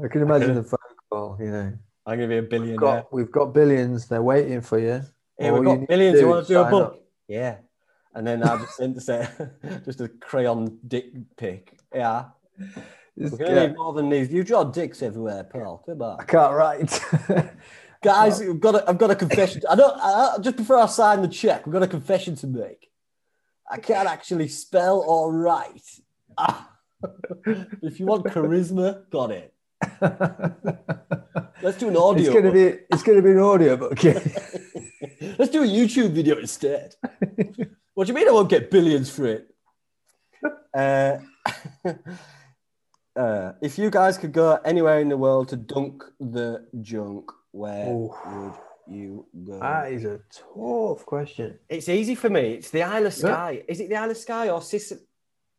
S2: I can imagine the phone call. You know,
S1: I'm gonna be a billionaire.
S2: we've got, we've got billions. They're waiting for you.
S1: Here we've
S2: All
S1: got
S2: need
S1: billions.
S2: to
S1: you
S2: do
S1: want
S2: is
S1: to do a
S2: sign
S1: book?
S2: up.
S1: Yeah. And then I just sent say just a crayon dick pic. Yeah.
S2: Just
S1: We're gonna
S2: get-
S1: need more than these. You've drawn dicks everywhere, pal. Come on.
S2: I can't write.
S1: Guys, we've got a, I've got a confession. I don't. I, I- just before I sign the check, we've got a confession to make. I can't actually spell or write. Ah. if you want charisma, got it. Let's do an audio.
S2: it's gonna be it's gonna be an audio book. Yeah.
S1: Let's do a YouTube video instead. what do you mean I won't get billions for it? Uh, uh, if you guys could go anywhere in the world to dunk the junk, where
S2: Oof.
S1: would you go?
S2: that is a tough question.
S1: It's easy for me. It's the Isle of
S2: Yeah.
S1: Skye. Is it the Isle of Skye or Sis-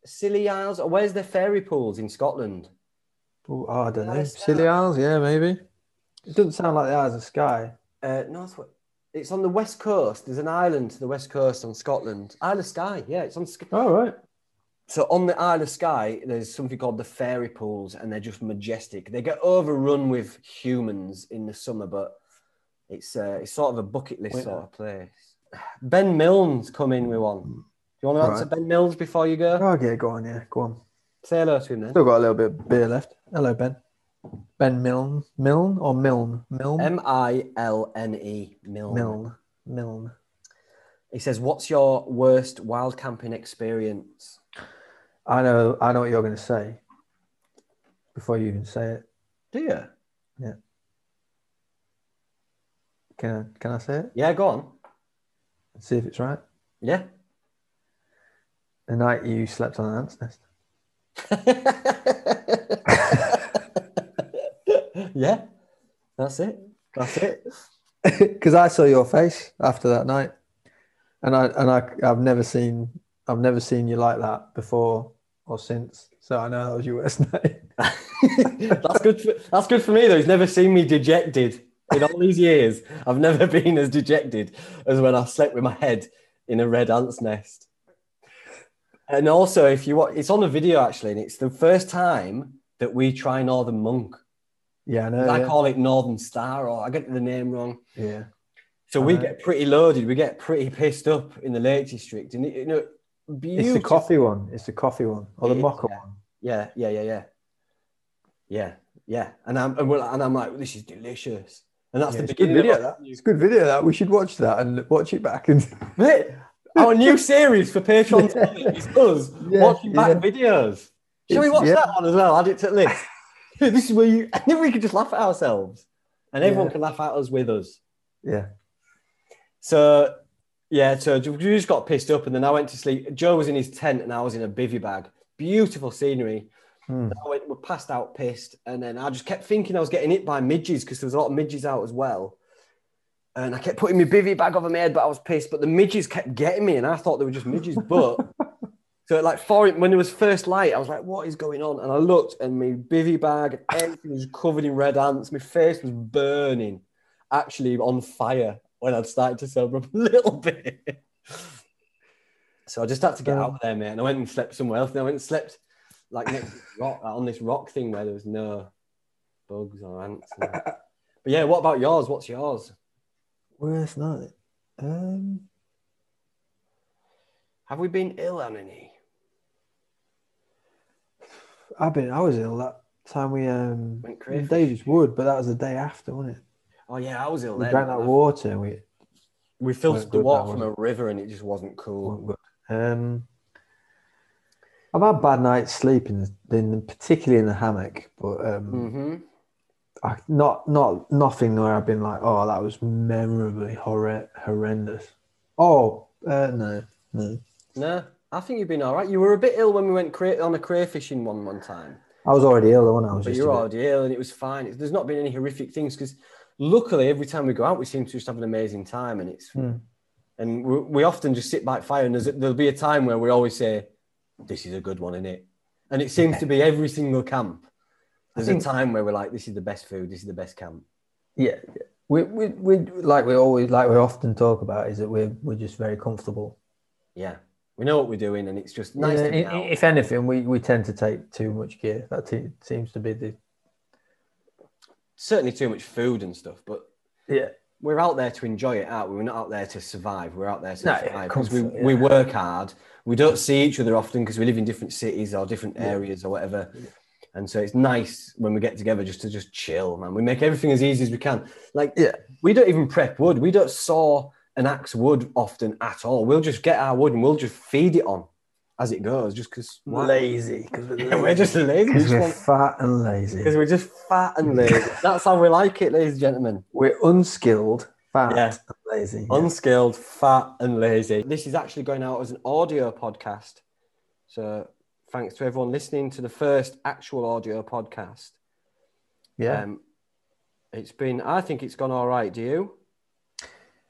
S1: Scilly Isles? Or where's the fairy pools in Scotland?
S2: Oh, I don't know.
S1: Nice
S2: Silly Isles, yeah, maybe. It doesn't sound like the Isles of Sky.
S1: Uh, North. It's on the west coast. There's an island to the west coast on Scotland. Isle of Skye. Yeah, it's on. Sk-
S2: All right.
S1: So on the Isle of Skye, there's something called the fairy pools, and they're just majestic. They get overrun with humans in the summer, but it's uh, it's sort of a bucket list
S2: Wait,
S1: sort of place. Ben Milne's come in with one. Do you want to answer Ben Milnes before you go?
S2: Oh, yeah, go on, yeah, go on.
S1: Say hello to him then.
S2: Still got a little bit of beer left. Hello, Ben. Ben Milne, Milne or Milne, Milne,
S1: M I L N E Milne.
S2: Milne, Milne.
S1: He says, "What's your worst wild camping experience?"
S2: I know, I know what you're going to say. Before you even say it,
S1: Do you?
S2: can I can I say it?
S1: Yeah, go on.
S2: See if it's right.
S1: Yeah.
S2: The night you slept on an ant's nest.
S1: yeah, that's it. That's it.
S2: because I saw your face after that night, and I and I I've never seen I've never seen you like that before or since. So I know that was your worst night.
S1: that's good. For, that's good for me though. He's never seen me dejected in all these years. I've never been as dejected as when I slept with my head in a red ant's nest. And also, if you watch, it's on a video actually, and it's the first time that we try Northern Monk.
S2: Yeah, I know.
S1: I
S2: Oh, yeah.
S1: call it Northern Star, or I get the name wrong.
S2: yeah,
S1: So we
S2: Uh-huh.
S1: get pretty loaded. We get pretty pissed up in the Lake District, and you know,
S2: it's
S1: beautiful.
S2: the coffee one. It's the coffee one or the
S1: It is,
S2: mocha
S1: yeah.
S2: one.
S1: Yeah, yeah, yeah, yeah, yeah, yeah. And I'm and, we're, and I'm like, this is delicious. And that's
S2: Yeah,
S1: the
S2: it's a good
S1: beginning
S2: video.
S1: of
S2: That
S1: our
S2: it's a good video. That we should watch that and watch it back. And
S1: Mate, our new series for Patreon
S2: Yeah.
S1: TV is us
S2: Yeah,
S1: watching back
S2: yeah.
S1: videos. Shall we
S2: It's-
S1: watch
S2: yeah.
S1: that one as well? Add it to the list. this is where you. And then we could just laugh at ourselves, and everyone
S2: Yeah.
S1: can laugh at us with us.
S2: yeah,
S1: So yeah, so we just got pissed up, and then I went to sleep. Joe was in his tent, and I was in a bivy bag. Beautiful scenery.
S2: Hmm.
S1: I went, were passed out, pissed, and then I just kept thinking I was getting hit by midges because there was a lot of midges out as well. And I kept putting my bivy bag over my head, but I was pissed. But the midges kept getting me, and I thought they were just midges. But so at like four, when there was first light, I was like, "What is going on?" And I looked, and my bivy bag, and everything was covered in red ants. My face was burning, actually on fire when I'd started to sober up a little bit. So I just had to get out of there, mate. And I went and slept somewhere else. And I went and slept like next to this rock like, on this rock thing where there was no bugs or ants. and- But yeah, what about yours? What's yours?
S2: worst night. Um,
S1: Have we been ill on any?
S2: I've been. I was ill that time we um
S1: Went
S2: in
S1: crazy.
S2: Davis Wood, but that was the day after, wasn't it?
S1: Oh yeah, I was ill
S2: We
S1: then.
S2: drank that water. And we
S1: We
S2: Weren't
S1: filched the
S2: good,
S1: water
S2: that
S1: from a river and it just wasn't cool.
S2: weren't good. Um, I've had bad nights sleeping, in, particularly in the hammock, but um,
S1: Mm-hmm.
S2: I, not not nothing where I've been like, oh, that was memorably horre- horrendous. Oh uh, no, no.
S1: No, I think you've been all right. You were a bit ill when we went cray- on a crayfishing one one time,
S2: I was already ill. The one I was
S1: but
S2: just.
S1: you were
S2: a bit-
S1: already ill and it was fine. It's, there's not been any horrific things because luckily every time we go out, we seem to just have an amazing time, and it's
S2: Hmm.
S1: and we, we often just sit by fire and there's, there'll be a time where we always say, "This is a good one, innit?" And it seems to be every single camp. There's
S2: think-
S1: a time where we're like, "This is the best food. This is the best camp."
S2: Yeah, yeah. we we we like we always like we often talk about is that we're we're just very comfortable.
S1: Yeah, we know what we're doing, and it's just nice.
S2: Yeah,
S1: to be
S2: i-
S1: out.
S2: i- if anything, we, we tend to take too much gear. That te- seems to be the
S1: Certainly too much food and stuff, but
S2: yeah.
S1: we're out there to enjoy it out. We're not out there to survive. We're out there to
S2: No, yeah,
S1: survive because we,
S2: comfort, yeah.
S1: we work hard. We don't see each other often because we live in different cities or different areas or whatever. And so it's nice when we get together just to just chill, man. We make everything as easy as we can. Like
S2: Yeah.
S1: we don't even prep wood. We don't saw and axe wood often at all. We'll just get our wood and we'll just feed it on as it goes, just because
S2: lazy because we're,
S1: we're just lazy. We just
S2: we're
S1: want-
S2: fat and lazy.
S1: Because we're just fat and lazy. That's how we like it, ladies and gentlemen.
S2: We're unskilled, fat
S1: Yeah.
S2: and lazy.
S1: Unskilled, fat, and lazy. This is actually going out as an audio podcast. So thanks to everyone listening to the first actual audio podcast.
S2: yeah,
S1: Um, it's been, I think it's gone all right. Do you?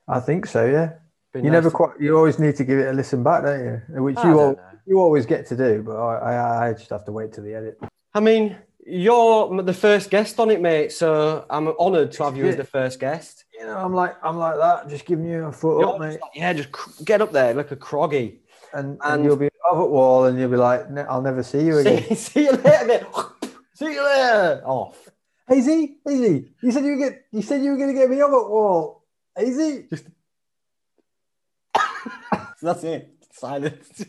S2: I think so. Yeah,
S1: Been
S2: you
S1: nice
S2: never
S1: to-
S2: quite. You always need to give it a listen back, don't you? Which
S1: I
S2: you
S1: don't
S2: all
S1: know.
S2: you always get to do, but I, I I just have to wait till the edit.
S1: I mean, you're the first guest on it, mate. So I'm honoured to have you as the first guest.
S2: You know, I'm like I'm like that, just giving you a foot
S1: You're
S2: up, mate,
S1: just like, yeah, just cr- get up there like a croggy.
S2: and, and,
S1: and-
S2: you'll be over at wall, and you'll be like, "Ne- I'll never see you again.
S1: See, see you later, mate. see you later. Oh, Off.
S2: Hey Z, hey Z, you said you were get, you said you were gonna get me over at wall. Hey Z,
S1: So that's it. Silence.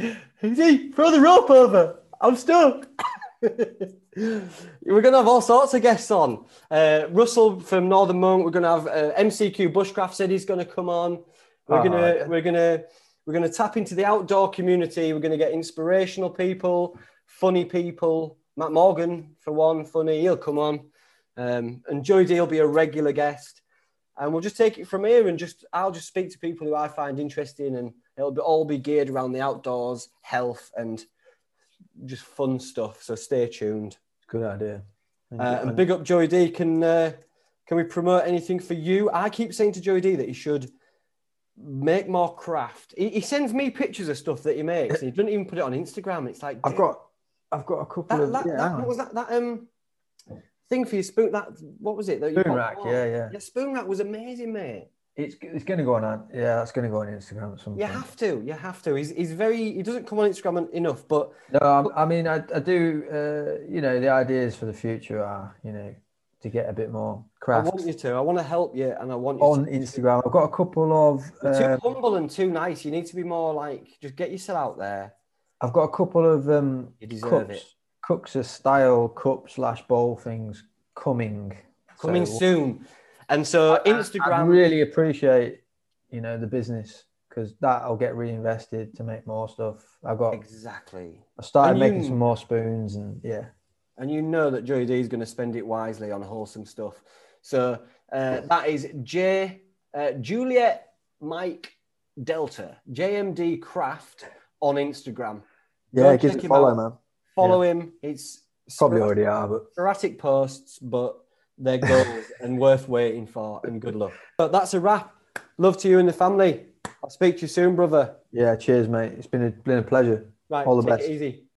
S1: Easy. Throw the rope over. I'm stuck. we're going to have all sorts of guests on. Uh, Russell from Northern Monk. We're going to have uh, MCQ Bushcraft said he's going to come on. We're
S2: Oh,
S1: going to
S2: yeah.
S1: we're going to we're going to tap into the outdoor community. We're going to get inspirational people, funny people. Matt Morgan for one, funny. He'll come on. Um, and Joey D will be a regular guest and we'll just take it from here and just I'll just speak to people who I find interesting and it'll be, all be geared around the outdoors, health and just fun stuff. So stay tuned.
S2: good idea.
S1: Uh, and big up Joey D. Can uh, can we promote anything for you? I keep saying to Joey D that he should make more craft. He, he sends me pictures of stuff that he makes and he doesn't even put it on Instagram. It's like
S2: I've got I've got a couple
S1: that,
S2: of
S1: that,
S2: yeah,
S1: that-
S2: hang on.
S1: what was that that um thing for your spoon that what was it that you
S2: spoon
S1: popped
S2: rack.
S1: on?
S2: Yeah, yeah.
S1: yeah spoon rack was amazing mate
S2: It's it's gonna go on. Ant- Yeah, that's gonna go on Instagram at some
S1: You
S2: point.
S1: have to. You have to. He's, he's very. He doesn't come on Instagram en- enough, but
S2: No, I'm- I mean, I, I do. Uh, you know, the ideas for the future are, you know, to get a bit
S1: I
S2: more craft
S1: want you to. I want to help you, and I want you.
S2: on
S1: to.
S2: Instagram. I've got a couple of.
S1: You're too
S2: um
S1: humble and too nice. You need to be more like. Just get yourself out there.
S2: I've got a couple of um,
S1: You deserve it.
S2: cups, cups of style cup slash bowl things coming.
S1: Coming
S2: So
S1: soon, and so
S2: I- I
S1: Instagram.
S2: really appreciate, you know, the business because that'll get reinvested to make more stuff. I've got.
S1: exactly.
S2: I started
S1: and
S2: making
S1: you-
S2: some more spoons and yeah.
S1: And you know that Joey D is going to spend it wisely on wholesome stuff. So uh, that is J uh, Juliet Mike Delta JMD Craft on Instagram. Go
S2: Yeah, give
S1: check
S2: it a
S1: him
S2: follow,
S1: out.
S2: man.
S1: Follow him. It's
S2: Probably already are, but
S1: erratic posts, but they're goals and worth waiting for. And good luck. But that's a wrap. Love to you and the family. I'll speak to you soon, brother.
S2: yeah. Cheers, mate. It's been a, been a pleasure.
S1: Right,
S2: All the
S1: take
S2: best.
S1: it easy.